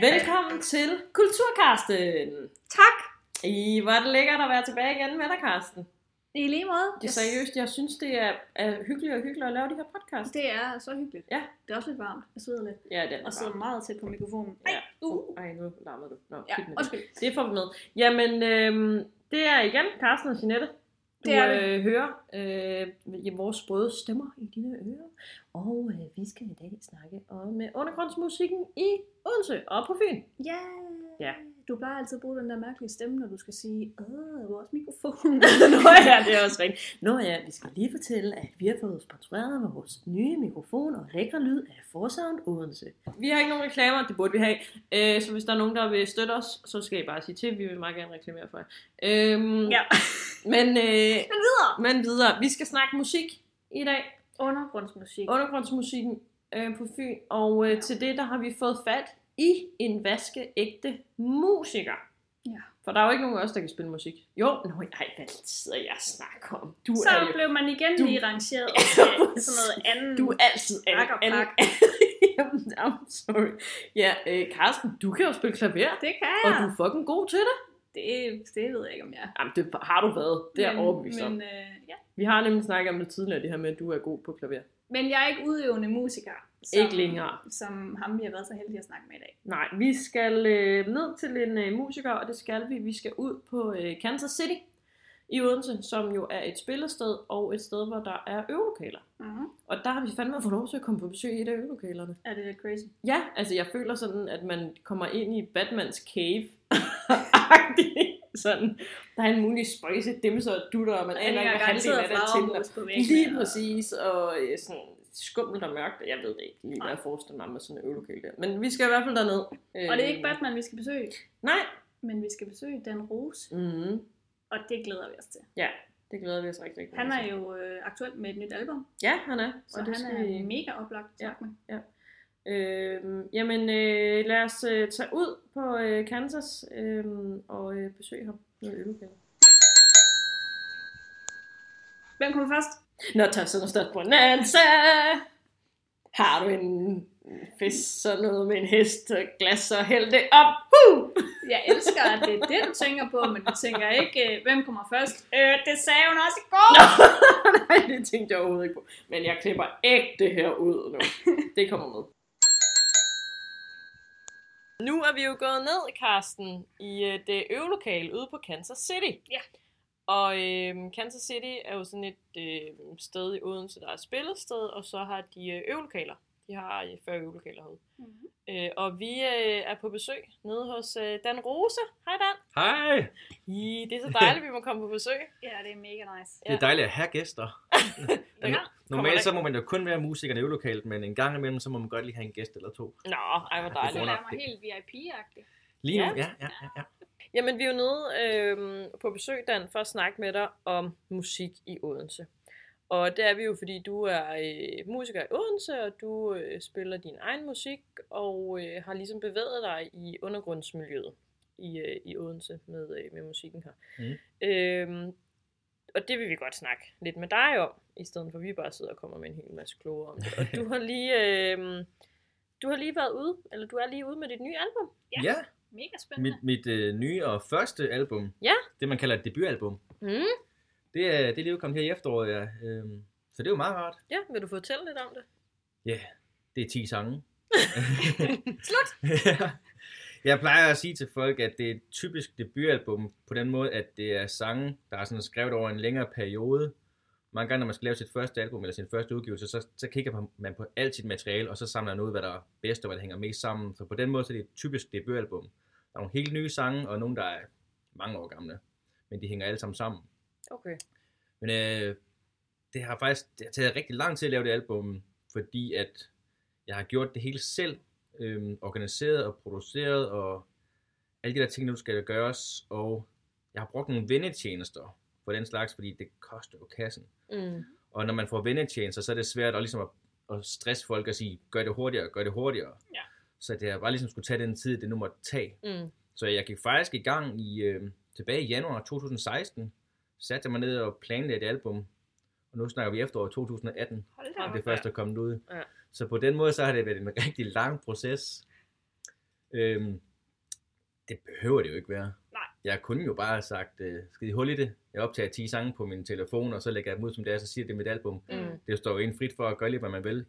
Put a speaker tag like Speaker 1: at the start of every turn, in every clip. Speaker 1: Velkommen til Kulturkarsten.
Speaker 2: Tak.
Speaker 1: I hvor er det lækkert at være tilbage igen med dig, Karsten.
Speaker 2: I lige måde.
Speaker 1: Det er seriøst, jeg synes, det er, er hyggeligt og hyggeligt at lave de her podcast.
Speaker 2: Det er så hyggeligt.
Speaker 1: Ja.
Speaker 2: Det er også lidt varmt. Jeg sidder lidt.
Speaker 1: Ja, den er
Speaker 2: Og sidder
Speaker 1: varm.
Speaker 2: meget tæt på mikrofonen.
Speaker 1: Ja.
Speaker 2: Ej, uh.
Speaker 1: Ej, nu larmede du. Nå,
Speaker 2: Ja,
Speaker 1: pyt med det.
Speaker 2: undskyld.
Speaker 1: det får vi med. Jamen, øhm, det er igen Karsten og Jeanette. Du
Speaker 2: Det er det.
Speaker 1: Øh, hører øh, ja, vores sprøde stemmer i dine ører. Og øh, vi skal i dag snakke om øh, undergrundsmusikken i Odense og på Fyn.
Speaker 2: Ja.
Speaker 1: Ja.
Speaker 2: Du plejer altid at bruge den der mærkelige stemme, når du skal sige, øh, vores mikrofon.
Speaker 1: Nå ja, det er også rigtigt. Nå ja, vi skal lige fortælle, at vi har fået sponsoreret med vores nye mikrofon og lækre lyd af Forsound Odense. Vi har ikke nogen reklamer, det burde vi have. Øh, så hvis der er nogen, der vil støtte os, så skal I bare sige til. Vi vil meget gerne reklamere for jer. Øhm,
Speaker 2: Ja.
Speaker 1: Men, øh,
Speaker 2: Men videre.
Speaker 1: men videre, vi skal snakke musik i dag.
Speaker 2: Undergrundsmusik.
Speaker 1: Undergrundsmusikken øh, på Fyn. Og øh, til det, der har vi fået fat i en vaskeægte musiker.
Speaker 2: Ja.
Speaker 1: For der er jo ikke nogen af os, der kan spille musik. Jo, nå, ej, hvad sidder jeg og snakker om? Du
Speaker 2: Så
Speaker 1: er jo
Speaker 2: blev man igen
Speaker 1: du-
Speaker 2: lige rangeret over til sådan noget andet.
Speaker 1: Du er altid an-
Speaker 2: Pak og
Speaker 1: an-
Speaker 2: pak.
Speaker 1: Jamen, I'm sorry. Ja, øh, Karsten, du kan jo spille klaver,
Speaker 2: Det kan
Speaker 1: og
Speaker 2: jeg.
Speaker 1: du er fucking god til det.
Speaker 2: Det, det ved jeg ikke, om jeg er.
Speaker 1: Jamen, det har du været. Det er jeg overbevist om.
Speaker 2: men, øh, ja.
Speaker 1: Vi har nemlig snakket om det tidligere, det her med, at du er god på klaver.
Speaker 2: men jeg er ikke udøvende musiker. Som,
Speaker 1: Ikke længere.
Speaker 2: Som ham, vi har været så heldige at snakke med i dag.
Speaker 1: Nej, vi skal øh, ned til en øh, musiker, og det skal vi. Vi skal ud på øh, Kansas City i Odense, som jo er et spillested og et sted, hvor der er øvelokaler.
Speaker 2: Mm-hmm.
Speaker 1: Og der har vi fandme fået lov til at komme på besøg i et af øvelokalerne.
Speaker 2: Er det lidt crazy?
Speaker 1: Ja, altså jeg føler sådan, at man kommer ind i Batmans cave. sådan, der er en mulig spøjse dimser og dutter, og man aner ikke, hvad halvdelen af den til.
Speaker 2: på
Speaker 1: Lige præcis, og øh, sådan skummelt og mørkt, jeg ved det ikke lige, hvad jeg forestiller mig med sådan en øvelokale der. Men vi skal i hvert fald derned. Øh,
Speaker 2: Og det er ikke Batman, vi skal besøge,
Speaker 1: Nej.
Speaker 2: men vi skal besøge Dan Rose,
Speaker 1: Mm,
Speaker 2: og det glæder vi os til.
Speaker 1: det glæder vi os rigtig, rigtig
Speaker 2: Han
Speaker 1: meget
Speaker 2: er
Speaker 1: til.
Speaker 2: jo øh, aktuel med et nyt album,
Speaker 1: Ja, han er.
Speaker 2: så
Speaker 1: det
Speaker 2: han
Speaker 1: skal
Speaker 2: er
Speaker 1: vi-
Speaker 2: mega oplagt at
Speaker 1: Ja.
Speaker 2: snakke med.
Speaker 1: Øhm, jamen, øh, lad os øh, tage ud på øh, Kansas øh, og øh, besøge ham med øvelokale.
Speaker 2: Hvem kommer først?
Speaker 1: Når tager sådan noget bonanza. Har du en fisk, sådan noget med en hest og et glas, så hæld det op. Huh!
Speaker 2: Jeg elsker, at det er det, du tænker på, men du tænker ikke, øh, hvem kommer først? Øh, det sagde hun også i går!
Speaker 1: Nej, det tænkte jeg overhovedet ikke på. Men jeg klipper ægte det her ud nu. Det kommer med. Nu er vi jo gået ned, Karsten, i øh, det øvelokale ude på Kansas City.
Speaker 2: Ja.
Speaker 1: Og øhm, Kansas City er jo sådan et øh, sted i Odense, der er et spillested, og så har de øh, øvelokaler. De har øh, 40 øvelokaler herude.
Speaker 2: Mhm.
Speaker 1: Øh, og vi øh, er på besøg nede hos øh, Dan Rose. Hej Dan.
Speaker 3: Hej!
Speaker 1: I, det er så dejligt, at vi må komme på besøg.
Speaker 2: Ja, det er mega nice.
Speaker 3: Det er dejligt at have gæster.
Speaker 1: Ja.
Speaker 3: Normalt så må man jo kun være musiker i øvelokalet, men en gang imellem, så må man godt lige have en gæst eller to.
Speaker 1: Nå, ej hvor
Speaker 3: Ja, det
Speaker 1: dejligt.
Speaker 3: er
Speaker 2: føler
Speaker 3: under-
Speaker 2: jeg mig helt VIP-agtig.
Speaker 3: Lige nu,
Speaker 1: Ja.
Speaker 3: ja, ja, ja. ja.
Speaker 1: Jamen, vi er jo nede øh, på besøg, Dan, for at snakke med dig om musik i Odense. Og det er vi jo, fordi du er øh, musiker i Odense, og du øh, spiller din egen musik, og øh, har ligesom bevæget dig i undergrundsmiljøet i, øh, i Odense med, øh, med musikken her. Mm. Øhm, og det vil vi godt snakke lidt med dig om, i stedet for at vi bare sidder og kommer med en hel masse kloge om det. Og du har lige, øh, du har lige været ude, eller du er lige ude med dit nye album.
Speaker 2: Ja.
Speaker 3: ja
Speaker 2: Mega spændende.
Speaker 3: mit, mit øh, nye og første album,
Speaker 1: Ja.
Speaker 3: det man kalder et debutalbum,
Speaker 1: Mm.
Speaker 3: det er, det er lige udkommet her i efteråret, ja. Øhm, så det er jo meget rart.
Speaker 1: Ja, vil du fortælle lidt om det?
Speaker 3: Det er 10 sange. Slut! Jeg plejer at sige til folk, at det er et typisk debutalbum på den måde, at det er sange, der er sådan skrevet over en længere periode. Mange gange, når man skal lave sit første album eller sin første udgivelse, så, så kigger man på alt sit materiale, og så samler man ud, hvad der er bedst og hvad der hænger mest sammen. Så på den måde så er det et typisk debutalbum. Der er nogle helt nye sange, og nogle, der er mange år gamle, men de hænger alle sammen sammen.
Speaker 1: Okay.
Speaker 3: Men øh, det har faktisk det har taget rigtig lang tid at lave det album, fordi at jeg har gjort det hele selv, øh, organiseret og produceret og alle de der ting, der nu skal gøres. Og jeg har brugt nogle vennetjenester for den slags, fordi det koster jo kassen.
Speaker 1: Mm.
Speaker 3: Og når man får vennetjenester, så er det svært at, ligesom at, at stresse folk og sige, gør det hurtigere, gør det hurtigere.
Speaker 2: Ja.
Speaker 3: Så det har bare ligesom skulle tage den tid, det nu måtte tage.
Speaker 1: Mm.
Speaker 3: Så jeg gik faktisk i gang i øh, tilbage i januar 2016, satte jeg mig ned og planlagde et album, og nu snakker vi efteråret 2018,
Speaker 2: Hold da
Speaker 3: og
Speaker 2: op.
Speaker 3: det første er kommet ud.
Speaker 1: Ja.
Speaker 3: Så på den måde så har det været en rigtig lang proces. Øhm, det behøver det jo ikke være.
Speaker 2: Nej.
Speaker 3: Jeg kunne jo bare have sagt, øh, skid i hul i det. Jeg optager 10 sange på min telefon, og så lægger jeg dem ud, som det er, så siger jeg, det er mit album.
Speaker 1: Mm.
Speaker 3: Det står jo en frit for at gøre lige, hvad man vil.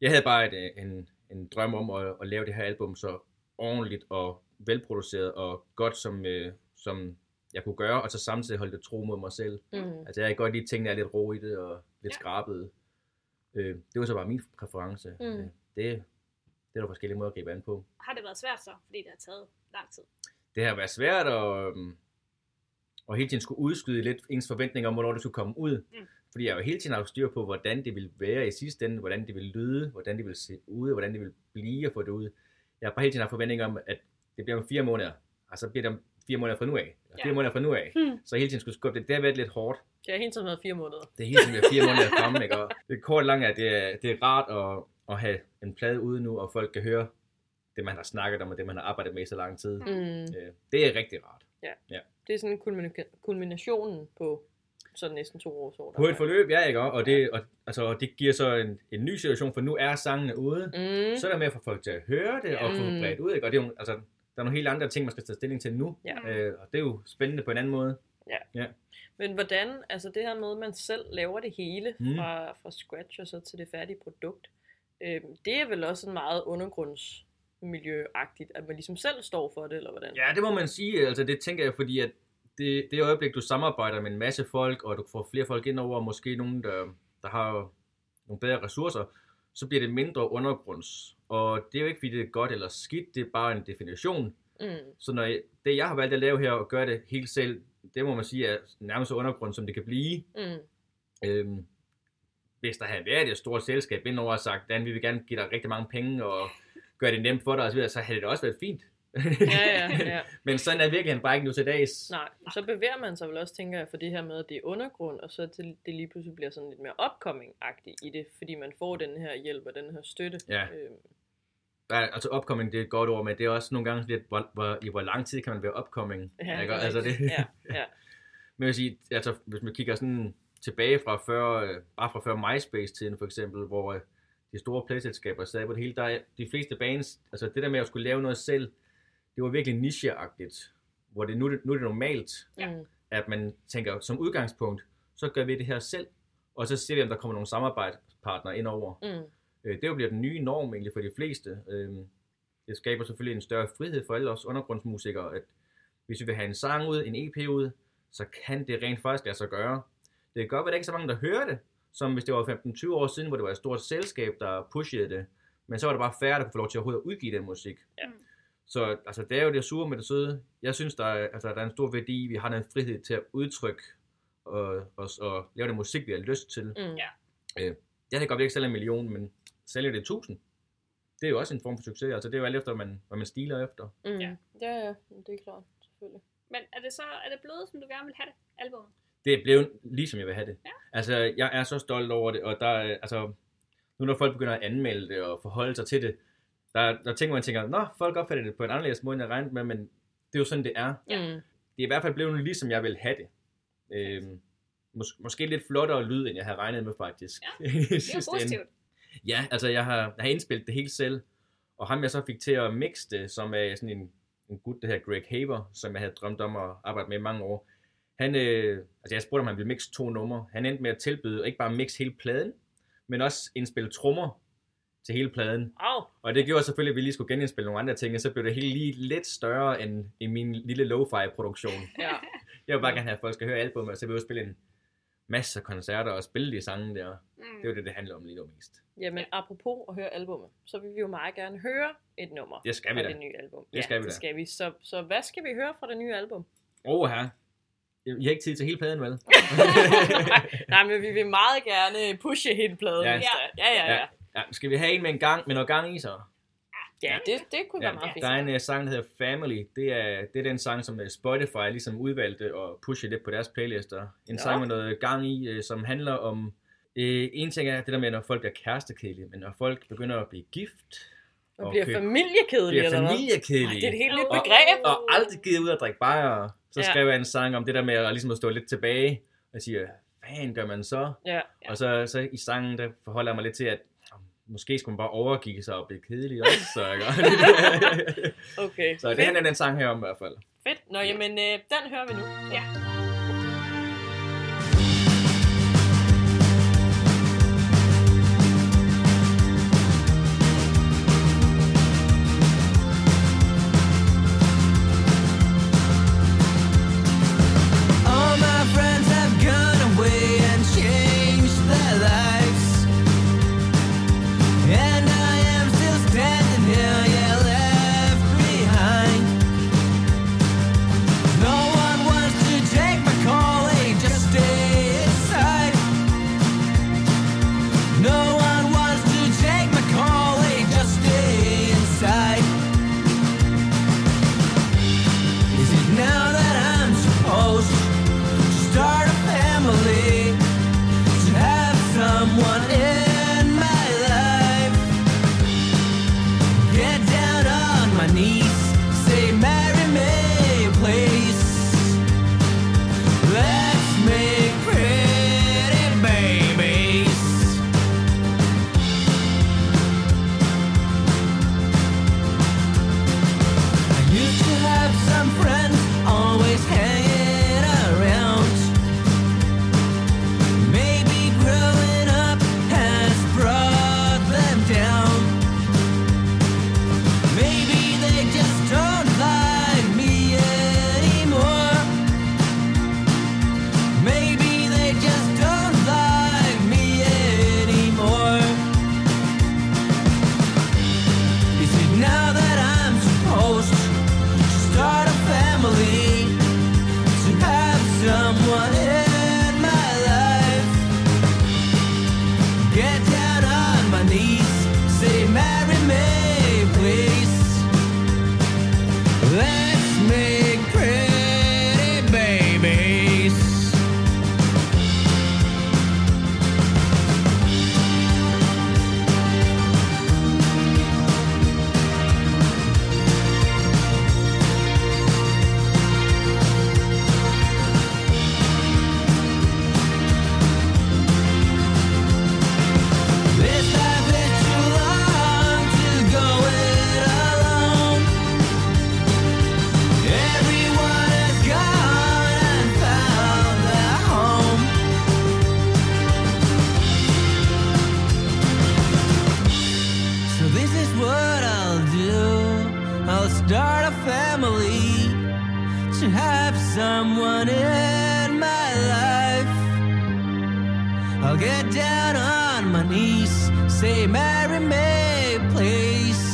Speaker 3: Jeg havde bare et, øh, en, en drøm om at, at lave det her album så ordentligt og velproduceret og godt, som, øh, som jeg kunne gøre, og så samtidig holde det tro mod mig selv.
Speaker 1: Mm.
Speaker 3: Altså jeg kan godt lide, at tingene er lidt rå i det og lidt
Speaker 2: Ja.
Speaker 3: ja. skrabede. Øh, det var så bare min præference.
Speaker 1: Mm.
Speaker 3: Øh, det, det er der forskellige måder at gribe an på.
Speaker 4: Har det været svært så, fordi det har taget lang tid?
Speaker 3: Det har været svært at, øhm, og hele tiden skulle udskyde lidt ens forventninger om, hvornår det skulle komme ud.
Speaker 4: Mm.
Speaker 3: Mm. Fordi jeg jo hele tiden har haft styr på, hvordan det ville være i sidste ende, hvordan det ville lyde, hvordan det ville se ud, og hvordan det ville blive at få det ud. Jeg har bare hele tiden haft forventninger om, at det bliver om fire måneder, og så bliver det om fire måneder fra nu af, og fire
Speaker 4: Ja.
Speaker 3: måneder fra nu af.
Speaker 1: Hmm.
Speaker 4: Mm.
Speaker 3: Så hele tiden skulle skubbe det. Det har været lidt hårdt,
Speaker 1: Det har hele tiden været fire måneder.
Speaker 3: det er hele tiden, vi har fire måneder fremme, ikke? Og det kort langt er, at det er, det er rart at, at have en plade ude nu, og folk kan høre det, man har snakket om, og det, man har arbejdet med i så lang tid. Mm.
Speaker 1: Mm.
Speaker 3: Det er rigtig rart.
Speaker 1: Det er sådan kulmin- kulminationen på sådan næsten to års år. der
Speaker 3: På et
Speaker 1: er.
Speaker 3: forløb, ja, ikke? Og det, og, altså, og det giver så en, en ny situation, for nu er sangene ude. Mm.
Speaker 1: Mm.
Speaker 3: Så er der med at få folk til at høre det, og få
Speaker 1: Mm.
Speaker 3: det bredt ud, ikke? Og det er jo, altså, der er nogle helt andre ting, man skal tage stilling til nu.
Speaker 2: Mm.
Speaker 1: Ja.
Speaker 3: Øh, og det er jo spændende på en anden måde.
Speaker 1: Men hvordan, altså det her med, at man selv laver det hele
Speaker 3: Mm.
Speaker 1: fra, fra scratch og så til det færdige produkt, øh, det er vel også sådan meget undergrundsmiljøagtigt, at man ligesom selv står for det, eller hvordan?
Speaker 3: Ja, det må man sige. Altså, det tænker jeg, fordi at det, det øjeblik, du samarbejder med en masse folk, og du får flere folk ind over, og måske nogen, der, der har nogle bedre ressourcer, så bliver det mindre undergrunds. Og det er jo ikke, fordi det er godt eller skidt, det er bare en definition.
Speaker 1: Mm.
Speaker 3: Så når jeg, det, jeg har valgt at lave her, og gøre det helt selv, det må man sige er nærmest så undergrund, som det kan blive.
Speaker 1: Mm.
Speaker 3: Øhm, hvis der havde været et stort selskab indover og sagt, Dan, vi vil gerne give dig rigtig mange penge, og gøre det nemt for dig, og så, videre, så havde det også været fint.
Speaker 1: Ja, ja, ja.
Speaker 3: Men sådan er virkeligheden bare ikke nu til dags.
Speaker 1: Nej, så bevæger man sig vel også, tænker jeg, for det her med, at det er undergrund, og så til det lige pludselig bliver sådan lidt mere opkoming-agtigt i det, fordi man får den her hjælp og den her støtte.
Speaker 3: Ja.
Speaker 1: Øhm,
Speaker 3: Ja, altså upcoming, det er et godt ord, men det er også nogle gange lidt, hvor, hvor, i hvor lang tid kan man være upcoming.
Speaker 1: ja,
Speaker 3: ikke? Altså det,
Speaker 1: rigtigt. Ja, ja.
Speaker 3: Men jeg vil sige, altså, hvis man kigger sådan tilbage fra før, øh, bare fra før MySpace-tiden for eksempel, hvor øh, de store pladselskaber sad på det hele, der er de fleste bands, altså det der med at skulle lave noget selv, det var virkelig nicheagtigt, hvor det nu, nu er det normalt,
Speaker 1: Ja.
Speaker 4: Ja.
Speaker 1: Mm.
Speaker 3: at man tænker som udgangspunkt, så gør vi det her selv, og så ser vi, om der kommer nogle samarbejdspartnere ind over.
Speaker 1: Mm.
Speaker 3: Øh, det bliver den nye norm egentlig for de fleste. Øh, det skaber selvfølgelig en større frihed for alle os undergrundsmusikere, at hvis vi vil have en sang ud, en EP ud, så kan det rent faktisk lade sig gøre. Det kan godt være, at der ikke er så mange, der hører det, som hvis det var 15-20 år siden, hvor det var et stort selskab, der pushede det. Men så var der bare færre, der kunne få lov til overhovedet at udgive den musik.
Speaker 4: Ja.
Speaker 3: Så altså, det er jo det sure med det søde. Jeg synes, der er, altså, der er en stor værdi. i, Vi har den frihed til at udtrykke og, og, og lave den musik, vi har lyst til.
Speaker 1: Mm.
Speaker 4: Ja.
Speaker 3: Jeg kan godt ikke sælge en million, men sælger det 1000, det er jo også en form for succes. Altså, det er jo alt efter, hvad man, hvad man stiler efter.
Speaker 1: Mm.
Speaker 4: Ja.
Speaker 1: Ja. ja, ja, det er klart, selvfølgelig.
Speaker 4: Men er det så er det blevet, som du gerne vil have det, albumet?
Speaker 3: Det er blevet ligesom jeg vil have det.
Speaker 4: Ja.
Speaker 3: Altså, jeg er så stolt over det, og der er, altså, nu når folk begynder at anmelde det og forholde sig til det, der, der tænker man tænker, nå, folk opfatter det på en anderledes måde, end jeg regnede med, men det er jo sådan, det er.
Speaker 1: Mm.
Speaker 3: Det er i hvert fald blevet ligesom jeg vil have det. Øhm, mås- måske lidt flottere lyd, end jeg havde regnet med faktisk. Ja,
Speaker 4: Det er jo positivt.
Speaker 3: Ja, altså jeg har, jeg har indspillet det hele selv, og ham jeg så fik til at mixe det, som er sådan en, en gut, der hedder Greg Haver, som jeg havde drømt om at arbejde med i mange år. Han, øh, altså jeg spurgte, om han ville mixe to numre. Han endte med at tilbyde ikke bare at mixe hele pladen, men også indspille trommer til hele pladen.
Speaker 1: Au,
Speaker 3: Og det gjorde selvfølgelig, at vi lige skulle genindspille nogle andre ting, og så blev det hele lige lidt større end i min lille lo-fi-produktion.
Speaker 1: ja.
Speaker 3: Jeg vil bare gerne have, at folk skal høre albumet, og så vil jeg jo spille en masse koncerter og spille de sange der.
Speaker 4: Mm.
Speaker 3: Det er jo det, det handler om lige nu mest.
Speaker 1: Jamen, ja. apropos at høre albumet, så vil vi jo meget gerne høre et nummer
Speaker 3: Det skal vi
Speaker 1: af
Speaker 3: da.
Speaker 1: det nye album.
Speaker 3: Det skal vi
Speaker 1: det
Speaker 3: da.
Speaker 1: skal vi. Så, så hvad skal vi høre fra det nye album?
Speaker 3: Åh, her. I har ikke tid til hele pladen, vel?
Speaker 1: Nej, men vi vil meget gerne pushe hele pladen.
Speaker 3: Ja.
Speaker 1: hvis der- ja, ja, ja.
Speaker 3: Ja. ja, skal vi have en med en gang, med noget gang i så?
Speaker 1: ja det, det kunne ja.
Speaker 3: Ja,
Speaker 1: være meget fint.
Speaker 3: der er en uh, sang, der hedder Family. Det er, det er den sang, som øh, Spotify ligesom udvalgte og pushede lidt på deres playlister. En
Speaker 1: Nå.
Speaker 3: ja. sang med noget gang i, øh, som handler om... Øh, en ting er det der med, når folk bliver kærestekedelige, men når folk begynder at blive gift,
Speaker 1: Og bliver
Speaker 3: Okay.
Speaker 1: familiekedelig,
Speaker 3: bliver
Speaker 1: eller hvad? Ej,
Speaker 3: familiekedelige,
Speaker 1: det er et helt nyt
Speaker 4: Og-
Speaker 1: begreb.
Speaker 3: og aldrig gider ud og drikke bajer, så
Speaker 1: Ja.
Speaker 3: ja. skrev jeg en sang om det der med at, ligesom at stå lidt tilbage og sige, hvad fanden gør man så?
Speaker 1: Ja.
Speaker 3: Og så, så i sangen, der forholder jeg mig lidt til, at "Nå, måske skulle man bare overgive sig og blive kedelig også, så jeg gør
Speaker 1: Okay.
Speaker 3: Så det handler den sang her om i hvert fald.
Speaker 1: Fedt. Nå, jamen, øh, den hører vi nu. Ja.
Speaker 5: All my friends have gone away and changed their lives. And I am still standing here, yeah, left behind. No one wants to take my call, they just stay inside. No one wants to take my call, they just stay inside. Is it now that I'm supposed to start a family? To have someone in my life? Get down on my knees, say, Marry me, please. Let's make pretty babies. I used to have some friends always hanging around. Maybe growing up has brought them down. Maybe they just don't like me anymore. Maybe they just don't like me anymore. Is it now that I'm supposed to start a family? To have someone in my life? Get down on my knees, say, Marry me, please. Let's make pretty babies. This life is too long to go it alone. Everyone has gone and found their home. So this is what I'll do. I'll start a family to have someone in my life. I'll get down on my knees, say, Marry me, please.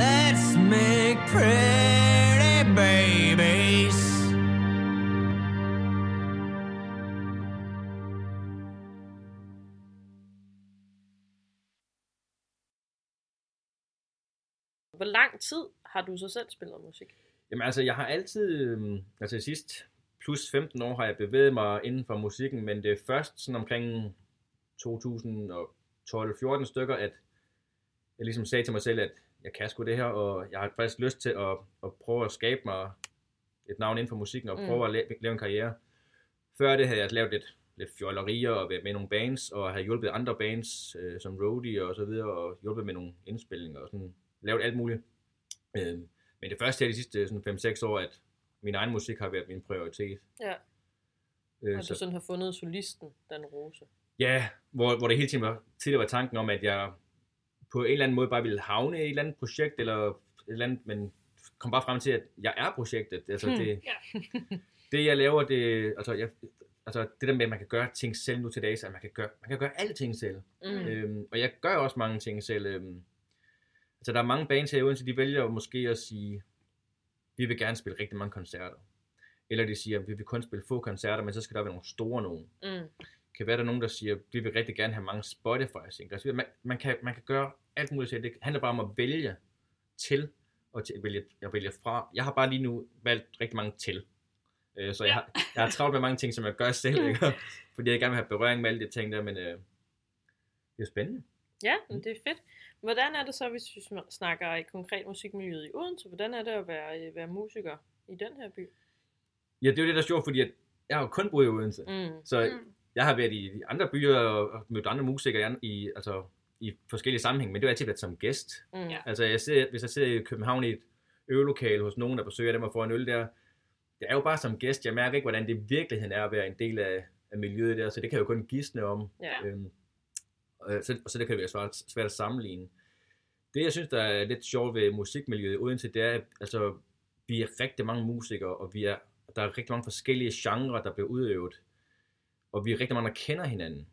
Speaker 5: Let's make pretty babies.
Speaker 1: Hvor lang tid har du så selv spillet musik?
Speaker 3: Jamen altså, jeg har altid, øhm, altså sidst plus 15 år har jeg bevæget mig inden for musikken, men det er først sådan omkring 2012-14 stykker, at jeg ligesom sagde til mig selv, at jeg kan sgu det her, og jeg har faktisk lyst til at, at prøve at skabe mig et navn inden for musikken, og
Speaker 1: Mm.
Speaker 3: prøve at la- lave en karriere. Før det havde jeg lavet lidt, lidt fjollerier og været med i nogle bands, og havde hjulpet andre bands, øh, som Roadie og så videre, og hjulpet med nogle indspilninger og sådan, lavet alt muligt. Øh, men det første her de sidste sådan 5-6 år, at min egen musik har været min prioritet.
Speaker 1: Ja.
Speaker 3: Øh,
Speaker 1: At du
Speaker 3: så,
Speaker 1: sådan har fundet solisten, Dan Rose.
Speaker 3: ja, hvor, hvor det hele tiden var, tidligere var tanken om, at jeg på en eller anden måde bare ville havne i et eller andet projekt, eller et eller andet, men kom bare frem til, at jeg er projektet. Altså
Speaker 1: Hmm.
Speaker 3: det, det jeg laver, det, altså, jeg, altså det der med, at man kan gøre ting selv nu til dags, at man kan gøre, man kan gøre alting selv.
Speaker 1: Mm.
Speaker 3: Øhm, og jeg gør også mange ting selv. Øhm, altså, der er mange bands her i Odense, de vælger jo måske at sige, vi vil gerne spille rigtig mange koncerter. Eller de siger, vi vil kun spille få koncerter, men så skal der være nogle store nogen.
Speaker 1: Mm.
Speaker 3: Kan være, der er nogen, der siger, vi vil rigtig gerne have mange Spotify-singler. Man, man, kan, man kan gøre alt muligt selv. Det handler bare om at vælge til og til, at vælge, at vælge fra. Jeg har bare lige nu valgt rigtig mange til. Øh, så jeg har, jeg har travlt med mange ting, som jeg gør selv. Ikke? Fordi jeg gerne vil have berøring med alle de ting der, men øh, det er jo spændende.
Speaker 1: Ja, men det er fedt. Hvordan er det så, hvis vi sm- snakker i konkret musikmiljøet i Odense? Hvordan er det at være, være musiker i den her by?
Speaker 3: Ja, det er jo det, der er sjovt, fordi at jeg har jo kun boet i Odense. Mm.
Speaker 1: Mm.
Speaker 3: Så
Speaker 4: Mm.
Speaker 3: Jeg har været i andre byer og og mødt andre musikere i an- i, altså, i forskellige sammenhænge, men det har altid været som gæst.
Speaker 1: Mm.
Speaker 2: Ja.
Speaker 3: Altså, jeg sidder, hvis jeg sidder i København i et øvelokale hos nogen, der besøger dem og får en øl der, det er jo bare som gæst. Jeg mærker ikke, hvordan det i virkeligheden er at være en del af, af miljøet der, så det kan jeg jo kun gisne om.
Speaker 1: Ja.
Speaker 3: Øhm, og, så, og så det kan være svært, svært at sammenligne. Det, jeg synes, der er lidt sjovt ved musikmiljøet i Odense, det er, at altså, vi er rigtig mange musikere, og vi er, der er rigtig mange forskellige genrer, der bliver udøvet. Og vi er rigtig mange, der kender hinanden.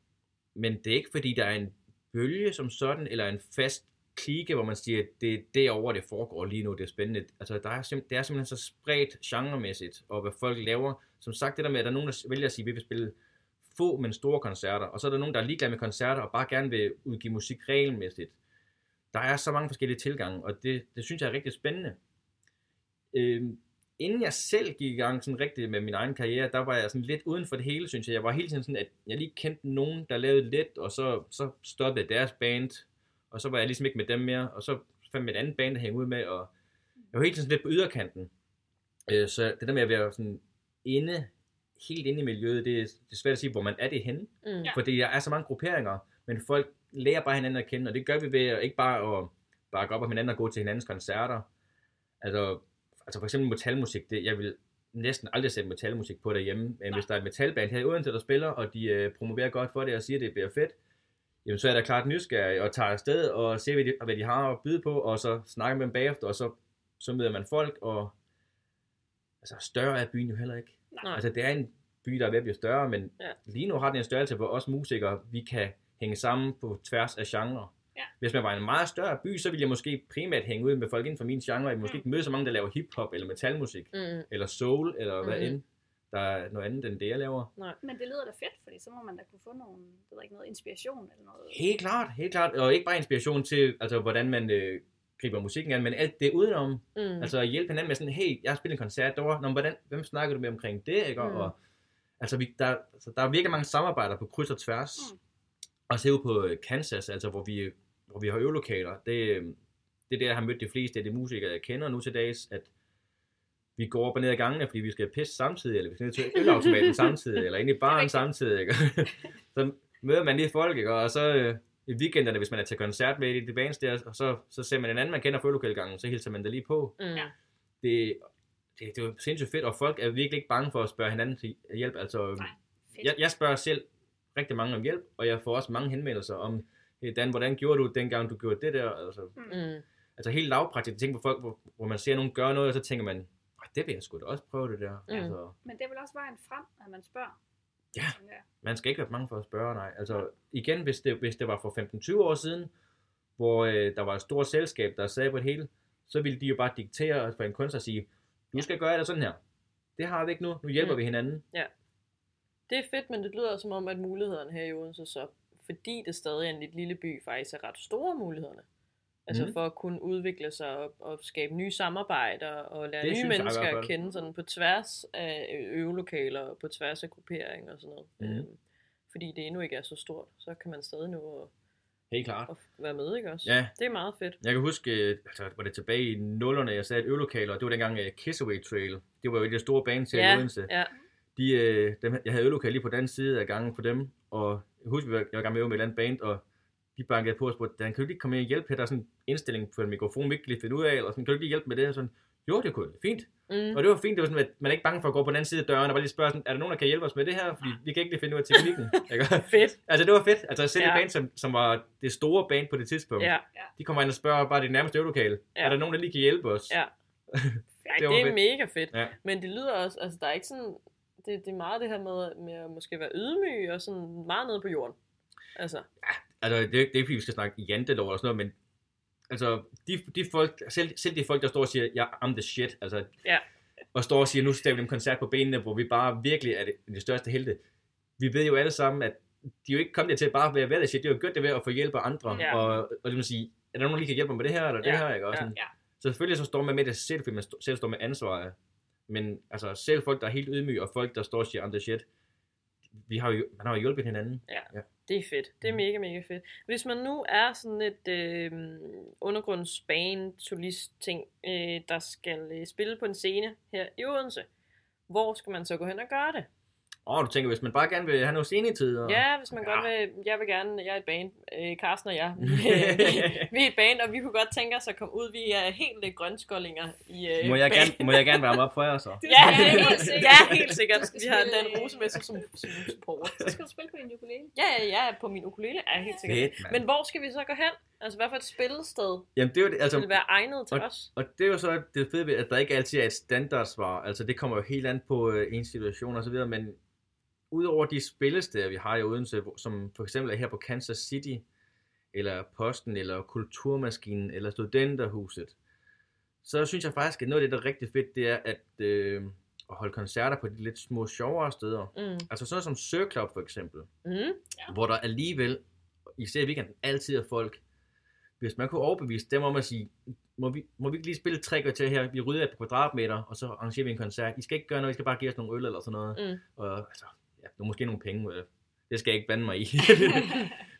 Speaker 3: Men det er ikke, fordi der er en bølge som sådan, eller en fast klike, hvor man siger, at det er derovre, det foregår lige nu, det er spændende. Altså, der er simp- det er simpelthen så spredt genremæssigt, og hvad folk laver. Som sagt, det der med, at der er nogen, der vælger at sige, at vi vil spille få, men store koncerter, og så er der nogen, der er ligeglade med koncerter, og bare gerne vil udgive musik regelmæssigt. Der er så mange forskellige tilgange, og det, det synes jeg er rigtig spændende. Øhm, inden jeg selv gik i gang sådan rigtigt med min egen karriere, der var jeg sådan lidt uden for det hele, synes jeg. Jeg var hele tiden sådan, at jeg lige kendte nogen, der lavede lidt, og så, så stoppede deres band, og så var jeg ligesom ikke med dem mere, og så fandt jeg et andet band, der hænge ud med, og jeg var hele tiden sådan lidt på yderkanten. Øh, så det der med at være sådan inde, helt inde i miljøet, det er, det er svært at sige, hvor man er det henne.
Speaker 1: Mm.
Speaker 2: Ja.
Speaker 3: Fordi der er så mange grupperinger, men folk lærer bare hinanden at kende, og det gør vi ved at ikke bare at bakke op om hinanden og gå til hinandens koncerter. Altså, altså for eksempel metalmusik, det, jeg vil næsten aldrig sætte metalmusik på derhjemme, men
Speaker 2: Nej.
Speaker 3: hvis der er et metalband her i Odense, der spiller, og de øh, promoverer godt for det og siger, at det bliver fedt, jamen så er der klart nysgerrig og tager afsted og ser, hvad de, hvad de har at byde på, og så snakker med dem bagefter, og så, så møder man folk, og altså større er byen jo heller ikke.
Speaker 1: Nej.
Speaker 3: Altså det er en by, der er ved at blive større, men
Speaker 1: Ja.
Speaker 3: ja. lige nu har den en størrelse, hvor os musikere, vi kan hænge sammen på tværs af genrer.
Speaker 4: Ja.
Speaker 3: Hvis man var en meget større by, så ville jeg måske primært hænge ud med folk inden for min genre. Jeg ville måske
Speaker 4: Mm.
Speaker 3: ikke møde så mange, der laver hiphop eller metalmusik, mm.
Speaker 1: Mm.
Speaker 3: eller soul, eller mm. hvad
Speaker 1: Mhm.
Speaker 3: end der er noget andet end det, jeg laver.
Speaker 4: Men det lyder da fedt, fordi så må man da kunne få nogle, det ved ikke, noget inspiration eller noget.
Speaker 3: Helt klart, helt klart. Og ikke bare inspiration til, altså, hvordan man øh, griber musikken an, men alt det udenom.
Speaker 1: Mm.
Speaker 3: Mm. Altså hjælpe hinanden med sådan, hey, jeg har spillet en koncert derovre, Nå, men hvordan, hvem snakker du med omkring det, ikke?
Speaker 1: Mm.
Speaker 3: Mm. Og, altså, vi, der, så der er virkelig mange samarbejder på kryds og tværs.
Speaker 4: Mm.
Speaker 3: Mm. Og se ud på øh, Kansas, altså hvor vi, hvor vi har øvelokaler, det, øh, det er der, jeg har mødt de fleste af de musikere, jeg kender nu til dags, at vi går op og ned ad gangene, fordi vi skal pisse samtidig, eller vi skal ned til ølautomaten samtidig, eller ind i baren samtidig, ikke? så møder man lige folk, ikke? Og så øh, i weekenderne, hvis man er til koncert med i de bands der, og så, så ser man en anden, man kender på øvelokalgangen, så hilser man der lige på
Speaker 1: Mm.
Speaker 2: Ja.
Speaker 3: det, det, det er jo sindssygt fedt, og folk er virkelig ikke bange for at spørge hinanden til hjælp. Altså,
Speaker 4: Nej, fedt.
Speaker 3: jeg, jeg spørger selv rigtig mange om hjælp, og jeg får også mange henvendelser om, hey Dan, hvordan gjorde du dengang, du gjorde det der? Altså,
Speaker 1: Mm.
Speaker 3: altså helt lavpraktisk ting på folk, hvor, hvor man ser nogen gøre noget, og så tænker man, "Ej, det vil jeg sgu da også prøve det der.
Speaker 1: Mm.
Speaker 3: Mm. Altså,
Speaker 4: Men det er vel også vejen frem, at man spørger.
Speaker 3: Ja.
Speaker 4: Tænker jeg.
Speaker 3: man skal ikke være bange for at spørge, nej. Altså igen, hvis det, hvis det var for 15-20 år siden, hvor øh, der var et stort selskab, der sad på det hele, så ville de jo bare diktere os for en kunst og sige, du skal gøre det sådan her. Det har vi ikke nu, nu hjælper
Speaker 1: Mm.
Speaker 3: mm. vi hinanden.
Speaker 1: Det er fedt, men det lyder som om, at mulighederne her i Odense så, fordi det stadig er en lidt lille by, faktisk er ret store mulighederne. Altså mm.
Speaker 3: Mhm.
Speaker 1: for at kunne udvikle sig og, og skabe nye samarbejder og lære
Speaker 3: Det
Speaker 1: nye
Speaker 3: synes jeg i
Speaker 1: mennesker
Speaker 3: hvert
Speaker 1: at
Speaker 3: fald.
Speaker 1: kende sådan på tværs af ø- øvelokaler og på tværs af grupperinger og sådan noget.
Speaker 3: Mhm.
Speaker 1: Øhm, fordi det endnu ikke er så stort, så kan man stadig nå at,
Speaker 3: Helt klart.
Speaker 1: at være med, ikke også?
Speaker 3: Ja.
Speaker 1: Det er meget fedt.
Speaker 3: Jeg kan huske, øh, altså, var det tilbage i nullerne, jeg sad i et øvelokale, og det var dengang uh, Kissaway Trail. Det var jo et af de store bands her
Speaker 1: Ja,
Speaker 3: i Odense.
Speaker 1: ja.
Speaker 3: De, uh, dem, jeg havde øvelokale lige på den anden side af gangen for dem, og jeg husker, vi var- jeg var i gang med at øve med et eller andet band, og de bankede på og spurgte, Dan, kan du ikke lige komme ind og hjælpe her? Der er sådan en indstilling på en mikrofon, vi ikke lige finde ud af, eller sådan, kan du ikke lige hjælpe med det? Og sådan, jo, det kunne jeg. fint.
Speaker 1: Mm.
Speaker 3: Og det var fint, det var sådan, at man er ikke bange for at gå på den anden side af døren og bare lige spørge, sådan, er der nogen, der kan hjælpe os med det her? Fordi vi kan ikke lige finde ud af teknikken. ikke?
Speaker 1: Fedt.
Speaker 3: altså, det var fedt. Altså, selv
Speaker 1: Ja.
Speaker 3: ja. et band, som, som, var det store band på det tidspunkt,
Speaker 1: Ja.
Speaker 3: de kommer ind og spørger bare det nærmeste øvelokale.
Speaker 1: Ja.
Speaker 3: Ja. Er der nogen, der lige kan hjælpe os?
Speaker 1: Ja. Ej, det,
Speaker 3: Det var
Speaker 1: det er
Speaker 3: fedt.
Speaker 1: mega fedt.
Speaker 3: Ja.
Speaker 1: Men det lyder også, altså der er ikke sådan, det, det er meget det her med, med at måske være ydmyg og sådan meget nede på jorden. Altså,
Speaker 3: Altså, det er, jo ikke- det er ikke, fordi vi skal snakke jantelov eller sådan noget, men altså, de, de folk, selv, selv de folk, der står og siger, jeg yeah, I'm the shit, altså,
Speaker 1: Ja.
Speaker 3: og står og siger, nu skal vi en koncert på benene, hvor vi bare virkelig er det, det største helte. Vi ved jo alle sammen, at de er jo ikke kommet dertil bare ved at være the shit, de har jo gjort det ved at få hjælp af andre,
Speaker 1: Ja.
Speaker 3: og, og det vil sige, er der nogen, der lige kan hjælpe mig med det her, eller
Speaker 1: Ja,
Speaker 3: det her, ikke? Og
Speaker 1: ja,
Speaker 3: sådan,
Speaker 4: ja.
Speaker 3: Så selvfølgelig så står man med det selv, fordi man st- selv står med ansvaret, men altså, selv folk, der er helt ydmyge, og folk, der står og siger, I'm the shit, vi har jo, man har jo hjulpet hinanden.
Speaker 1: det er fedt. Det er
Speaker 3: Mm.
Speaker 1: mega, mega fedt. Hvis man nu er sådan et øh, undergrundsbane, solist ting, øh, der skal øh, spille på en scene her i Odense, hvor skal man så gå hen og gøre det?
Speaker 3: Åh, oh, du tænker, hvis man bare gerne vil have noget senetid. Og...
Speaker 1: Ja, hvis man godt vil, jeg vil gerne, jeg er et band, øh, Carsten og jeg, vi er et band, og vi kunne godt tænke os at komme ud, vi er helt øh, grønskollinger i øh,
Speaker 3: Må
Speaker 1: band.
Speaker 3: jeg, gerne, må jeg gerne varme op for jer så?
Speaker 1: Ja,
Speaker 2: Ja,
Speaker 1: helt sikkert.
Speaker 2: helt sikkert.
Speaker 1: Ja, helt sikkert.
Speaker 4: Du skal
Speaker 1: Vi har
Speaker 4: spille,
Speaker 1: den
Speaker 4: øh,
Speaker 1: rose med sig som, som supporter.
Speaker 4: Så skal du spille på en ukulele.
Speaker 1: Ja, ja, ja, på min ukulele. Ja, helt sikkert.
Speaker 3: Fedt, mand.
Speaker 1: Men hvor skal vi så gå hen? Altså, hvad for et spillested
Speaker 3: Jamen, det er jo det, altså,
Speaker 1: vil være egnet til os?
Speaker 3: Og det er jo så det fede ved, at der ikke altid er et standardsvar. Altså det kommer jo helt an på øh, en situation og så videre, men udover de spillesteder, vi har i Odense, hvor- som for eksempel er her på Kansas City, eller Posten, eller Kulturmaskinen, eller Studenterhuset, så synes jeg faktisk, at noget af det, der er rigtig fedt, det er at, øh, at holde koncerter på de lidt små, sjovere steder.
Speaker 1: Mm.
Speaker 3: Altså sådan noget som Sir Club for eksempel
Speaker 1: Mm.
Speaker 3: ja. hvor der alligevel, især i weekenden, altid er folk. Hvis man kunne overbevise dem om at sige, må vi, må vi ikke lige spille tre kvarter her, vi rydder et par kvadratmeter, og så arrangerer vi en koncert. I skal ikke gøre noget, I skal bare give os nogle øl eller sådan noget.
Speaker 1: Mm.
Speaker 3: Og altså, ja, nu måske nogle penge, øh, det skal jeg ikke bande mig i.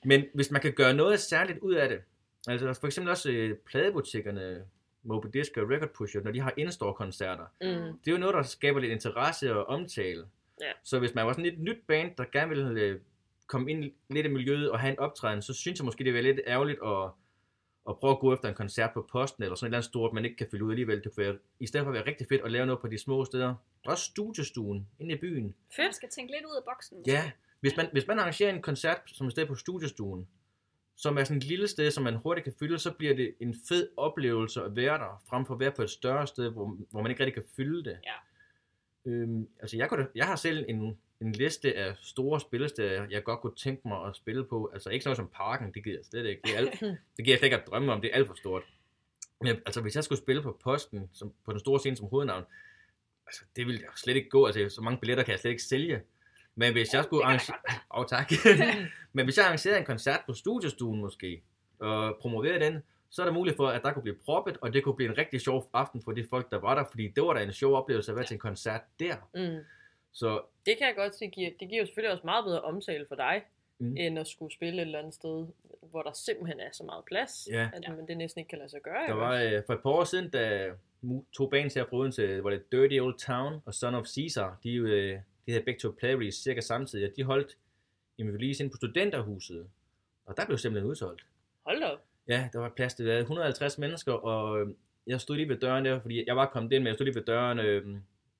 Speaker 3: Men hvis man kan gøre noget særligt ud af det, altså for eksempel også øh, pladebutikkerne, Moby Disc og Record Pusher, når de har indstore koncerter,
Speaker 1: Mm.
Speaker 3: det er jo noget, der skaber lidt interesse og omtale.
Speaker 1: Ja.
Speaker 3: Så hvis man var sådan lidt nyt band, der gerne ville øh, komme ind lidt i miljøet og have en optræden, så synes jeg måske, det ville være lidt ærgerligt at, at prøve at gå efter en koncert på posten eller sådan et eller andet stort, man ikke kan fylde ud alligevel. Det kunne være, i stedet for at være rigtig fedt at lave noget på de små steder. Også studiestuen inde i byen.
Speaker 4: Man
Speaker 1: Fedt.
Speaker 4: skal tænke lidt ud af boksen.
Speaker 3: Ja, hvis man, hvis man arrangerer en koncert som et sted på studiestuen, som er sådan et lille sted, som man hurtigt kan fylde, så bliver det en fed oplevelse at være der, frem for at være på et større sted, hvor, hvor man ikke rigtig kan fylde det. Øhm, altså jeg, kunne da, jeg har selv en, en liste af store spillesteder, jeg godt kunne tænke mig at spille på. Altså ikke sådan noget som Parken, det gider jeg slet ikke. Det, er alt, det giver jeg slet ikke at drømme om, det er alt for stort. Men altså hvis jeg skulle spille på Posten, som, på den store scene som hovednavn, altså det ville jeg slet ikke gå. Altså så mange billetter kan jeg slet ikke sælge. Men hvis jeg skulle arrangere... Åh, oh, tak. Men hvis jeg arrangerede en koncert på studiestuen måske, og promoverede den, så er der mulighed for, at der kunne blive proppet, og det kunne blive en rigtig sjov aften for de folk, der var der, fordi det var da en sjov oplevelse at være til en koncert der.
Speaker 1: Mm.
Speaker 3: Så
Speaker 1: Det kan jeg godt sige, giver, det giver jo selvfølgelig også meget bedre omtale for dig,
Speaker 3: Mm.
Speaker 1: mm. end at skulle spille et eller andet sted, hvor der simpelthen er så meget plads,
Speaker 3: Ja.
Speaker 1: at man det næsten ikke kan lade sig gøre.
Speaker 3: der
Speaker 1: ikke
Speaker 3: var
Speaker 1: også?
Speaker 3: øh, for et par år siden, da mu- to bands her fra Odense, var det Dirty Old Town og Son of Caesar, de, øh, de havde begge to playrelease cirka samtidig, og de holdt en release ind på studenterhuset, og der blev simpelthen udsolgt.
Speaker 1: Hold da op.
Speaker 3: Ja, der var plads til hvad, 150 mennesker, og øh, jeg stod lige ved døren der, fordi jeg var kommet ind, men jeg stod lige ved døren øh,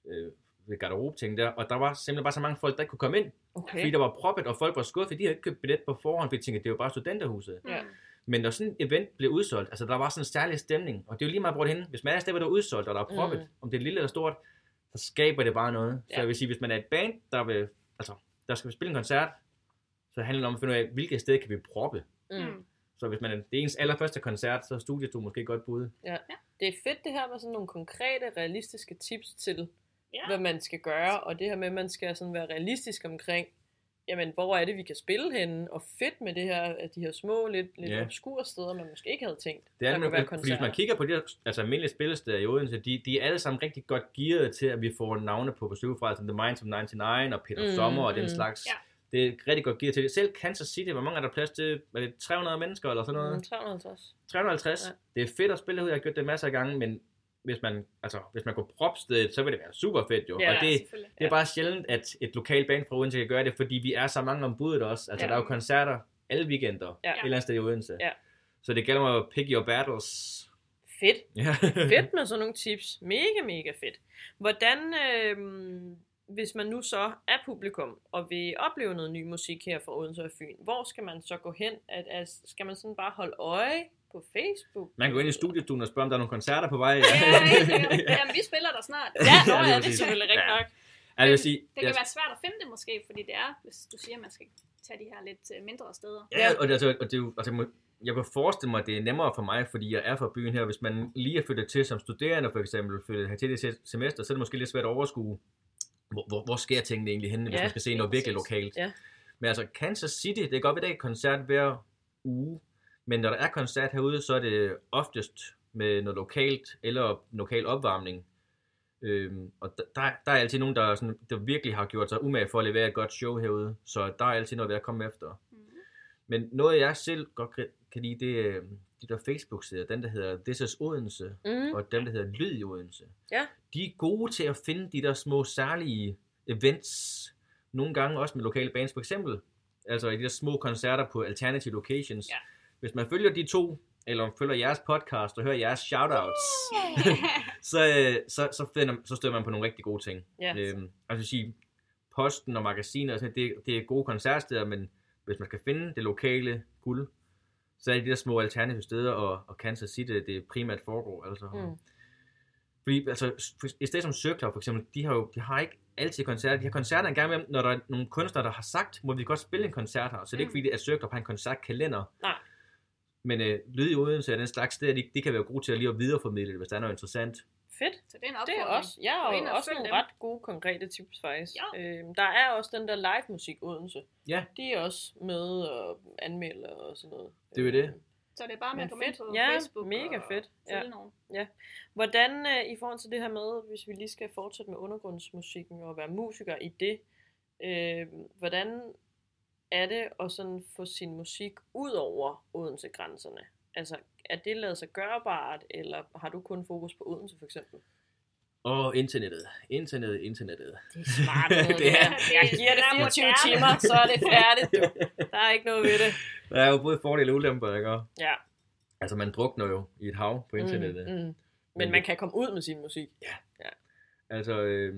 Speaker 3: øh, ved garderobetingen der, og der var simpelthen bare så mange folk, der ikke kunne komme ind, okay.
Speaker 1: Okay.
Speaker 3: fordi der var proppet, og folk var skuffet, de havde ikke købt billet på forhånd, fordi de tænkte, det var bare studenterhuset.
Speaker 4: Mm.
Speaker 1: Ja.
Speaker 3: Men når sådan et event bliver udsolgt, altså der var sådan en særlig stemning, og det er jo lige meget, hvor det er henne. Hvis man er et sted, hvor der er udsolgt, og der er proppet,
Speaker 1: Mm.
Speaker 3: mm. om det er lille eller stort, så skaber det bare noget. Ja.
Speaker 1: Ja.
Speaker 3: Så jeg vil sige, hvis man er et band, der, vil, altså, der skal spille en koncert, så handler det om at finde ud af, hvilke steder kan vi proppe.
Speaker 1: Mm.
Speaker 4: Mm.
Speaker 3: Så hvis man er, det er ens allerførste koncert, så er studiet du måske et godt bud.
Speaker 1: Det er fedt det her med sådan nogle konkrete, realistiske tips til,
Speaker 2: Ja.
Speaker 1: hvad man skal gøre, og det her med, at man skal sådan være realistisk omkring, jamen, hvor er det, vi kan spille henne, og fedt med det her, at de her små, lidt, lidt
Speaker 3: Ja.
Speaker 1: obskure steder, man måske ikke havde tænkt,
Speaker 3: Det er,
Speaker 1: der
Speaker 3: man,
Speaker 1: kunne være
Speaker 3: fordi hvis man
Speaker 1: koncerter.
Speaker 3: kigger på de her, altså almindelige spillesteder i Odense, de, de er alle sammen rigtig godt gearet til, at vi får navne på besøg fra, altså The Minds of 99 og Peter
Speaker 1: Mm,
Speaker 3: mm, Sommer og
Speaker 1: mm.
Speaker 3: den slags.
Speaker 2: Ja.
Speaker 3: Det er rigtig godt gearet til. Selv Kansas City, hvor mange er der plads til? Er det 300 mennesker eller sådan noget?
Speaker 1: Mm,
Speaker 3: Mm.
Speaker 1: 350.
Speaker 3: 350.
Speaker 1: Ja.
Speaker 3: Ja. Det er fedt at spille ud, jeg har gjort det masser af gange, men hvis man, altså, hvis man går propstedet, så vil det være super fedt jo.
Speaker 1: Ja, altså,
Speaker 3: og det,
Speaker 2: selvfølgelig.
Speaker 3: det er bare sjældent, at et lokalt band fra Odense kan gøre det, fordi vi er så mange om budet også. Altså,
Speaker 1: Ja.
Speaker 3: ja. der er jo koncerter alle weekender,
Speaker 1: Ja.
Speaker 3: ja. et eller andet sted i Odense.
Speaker 1: Ja.
Speaker 3: Så det gælder om at pick your battles.
Speaker 1: Fedt.
Speaker 3: Ja.
Speaker 1: fedt med sådan nogle tips. Mega, mega fedt. Hvordan, øh, hvis man nu så er publikum, og vil opleve noget ny musik her fra Odense og Fyn, hvor skal man så gå hen? At, at, skal man sådan bare holde øje på Facebook?
Speaker 3: Man kan gå ind i studiestuen og spørge, om der er nogle koncerter på vej.
Speaker 4: Ja, helt sikkert. Jamen, vi spiller der snart.
Speaker 1: Ja, nå,
Speaker 3: Ja,
Speaker 1: ja,
Speaker 3: lige
Speaker 1: det er
Speaker 3: præcis.
Speaker 1: selvfølgelig rigtigt
Speaker 3: Ja.
Speaker 1: nok.
Speaker 3: altså, jeg vil sige,
Speaker 4: Det
Speaker 3: jeg,
Speaker 4: kan være svært at finde det måske, fordi det er, hvis du siger, at man skal tage de her lidt øh, mindre steder.
Speaker 3: ja, og, det, altså, og det er jo, altså, må- jeg kan forestille mig, at det er nemmere for mig, fordi jeg er fra byen her. Hvis man lige er flyttet til som studerende, for eksempel, flyttet her til det se- semester, så er det måske lidt svært at overskue, hvor, hvor, hvor sker tingene egentlig henne, hvis
Speaker 1: Ja,
Speaker 3: man skal se noget virkelig
Speaker 4: præcis.
Speaker 3: lokalt.
Speaker 1: Ja.
Speaker 3: Men altså, Kansas City, det kan godt være, at der er koncert hver uge, men når der er koncert herude, så er det oftest med noget lokalt eller lokal opvarmning. Øhm, og der, der, der er altid nogen, der, er sådan, der virkelig har gjort sig umage for at levere et godt show herude, så der er altid noget ved at komme efter.
Speaker 4: Mm.
Speaker 3: Men noget, jeg selv godt kan- kan lide, det er øh, de der Facebook-sider, den der hedder This is Odense,
Speaker 1: Mm.
Speaker 3: og den der hedder Lyd i Odense.
Speaker 1: Ja.
Speaker 3: De er gode til at finde de der små særlige events, Nogle gange også med lokale bands, for eksempel, altså i de der små koncerter på alternative locations.
Speaker 2: Ja.
Speaker 3: Hvis man følger de to, eller følger jeres podcast og hører jeres shoutouts, så, øh, så, så, finder, så støder man på nogle rigtig gode ting.
Speaker 1: Ja.
Speaker 3: Øhm, altså sige, posten og magasiner, og sådan, noget, det, det er gode koncertsteder, men hvis man skal finde det lokale guld, så er det de der små alternative steder, og, og Kansas City, det primært foregår. Altså.
Speaker 1: Mm.
Speaker 3: Fordi altså, for- et sted som Sørklub for eksempel, de har jo de har ikke altid koncerter. De har koncerter en gang imellem, når der er nogle kunstnere, der har sagt, må vi godt spille en koncert her. Så det er ikke
Speaker 2: Mm.
Speaker 3: fordi, at Sørklub har en koncertkalender.
Speaker 1: Nej.
Speaker 3: Men øh, lyd i Odense og den slags steder, de, de kan være gode til at lige at videreformidle det, hvis der er noget interessant.
Speaker 1: Fedt.
Speaker 4: Så det er en
Speaker 1: Det er
Speaker 4: opfordring.
Speaker 1: også, jeg
Speaker 4: Gå
Speaker 1: har
Speaker 4: ind
Speaker 1: jo
Speaker 4: og
Speaker 1: også
Speaker 4: følg
Speaker 1: nogle
Speaker 4: dem.
Speaker 1: ret gode konkrete tips faktisk.
Speaker 4: Ja.
Speaker 1: Øhm, der er også den der live musik Odense.
Speaker 3: Ja.
Speaker 1: De er også med og anmelder og sådan noget.
Speaker 3: Det er jo det.
Speaker 1: Øhm,
Speaker 4: Så det er bare med
Speaker 1: Men
Speaker 4: at komme ind
Speaker 1: fedt.
Speaker 4: på
Speaker 1: Ja,
Speaker 4: Facebook
Speaker 1: mega
Speaker 4: og
Speaker 1: fedt. Ja.
Speaker 4: følge nogen.
Speaker 1: Hvordan øh, i forhold til det her med, hvis vi lige skal fortsætte med undergrundsmusikken og være musiker i det, øh, hvordan er det at sådan få sin musik ud over Odense-grænserne? Altså, er det lavet sig gørbart, eller har du kun fokus på Odense for eksempel?
Speaker 3: Og internettet. Internettet, internettet.
Speaker 1: Det er smart. Noget,
Speaker 3: Det
Speaker 1: det er.
Speaker 3: er-
Speaker 1: Jeg giver det
Speaker 4: Det er
Speaker 1: 24
Speaker 4: moderne.
Speaker 1: timer, så er det færdigt. Du. Der er ikke noget ved det.
Speaker 3: Der er jo både fordele og ulemper, ikke? Og-
Speaker 1: Ja.
Speaker 3: Altså, man drukner jo i et hav på internettet.
Speaker 1: Mm, mm. Men
Speaker 3: Men
Speaker 1: man
Speaker 3: det-
Speaker 1: kan komme ud med sin musik.
Speaker 3: Altså, øh,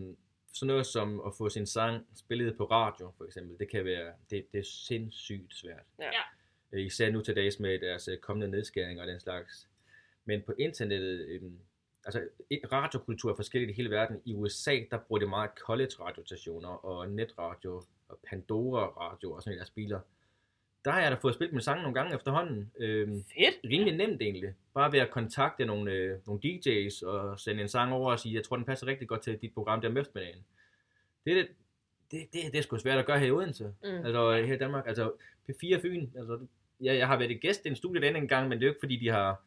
Speaker 3: sådan noget som at få sin sang spillet på radio, for eksempel, det kan være, det, det er sindssygt svært.
Speaker 1: Ja.
Speaker 3: Øh, Især nu til dags med deres øh, kommende nedskæringer og den slags. Men på internettet, øh, altså i- radiokultur er forskelligt i hele verden. I USA, der bruger de meget college-radiostationer og netradio og Pandora-radio og sådan i deres biler. Der har jeg da fået spillet min sang nogle gange efterhånden. Øh,
Speaker 1: Fedt.
Speaker 3: rimelig nemt egentlig. Bare ved at kontakte nogle, øh, nogle DJ's og sende en sang over og sige, jeg tror, den passer rigtig godt til dit program der om eftermiddagen. Det er, det, det, det, det er sgu svært at gøre her i Odense.
Speaker 1: Mm.
Speaker 3: Altså her i Danmark. Altså P4 Fyn. Altså, jeg, jeg har været et gæst i en studie den en gang, men det er jo ikke fordi, de har,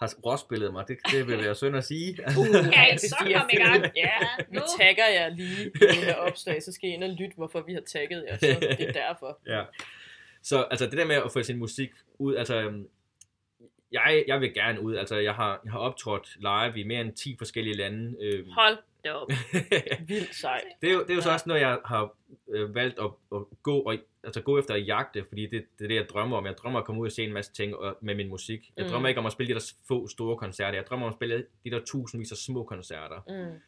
Speaker 3: har råspillet mig. Det, det vil være synd at sige.
Speaker 4: Ja, så kom i gang.
Speaker 1: Ja, vi
Speaker 4: nu.
Speaker 1: tagger jer lige i det her opslag, så skal I ind og lytte, hvorfor vi har tagget jer. Så det er derfor.
Speaker 3: Ja. Så altså det der med at få sin musik ud, altså øhm, jeg, jeg vil gerne ud, altså jeg har, jeg har optrådt live i mere end 10 forskellige lande. Øhm,
Speaker 1: Hold da op. Vildt sejt.
Speaker 3: det, er jo, det er jo så også noget, jeg har øh, valgt at, at gå, og, altså gå efter at jagte, fordi det, det er det, jeg drømmer om. Jeg drømmer at komme ud og se en masse ting og, med min musik. Jeg
Speaker 1: Mm.
Speaker 3: drømmer ikke om at spille de der få store koncerter. Jeg drømmer om at spille de der tusindvis af små koncerter.
Speaker 1: Mm.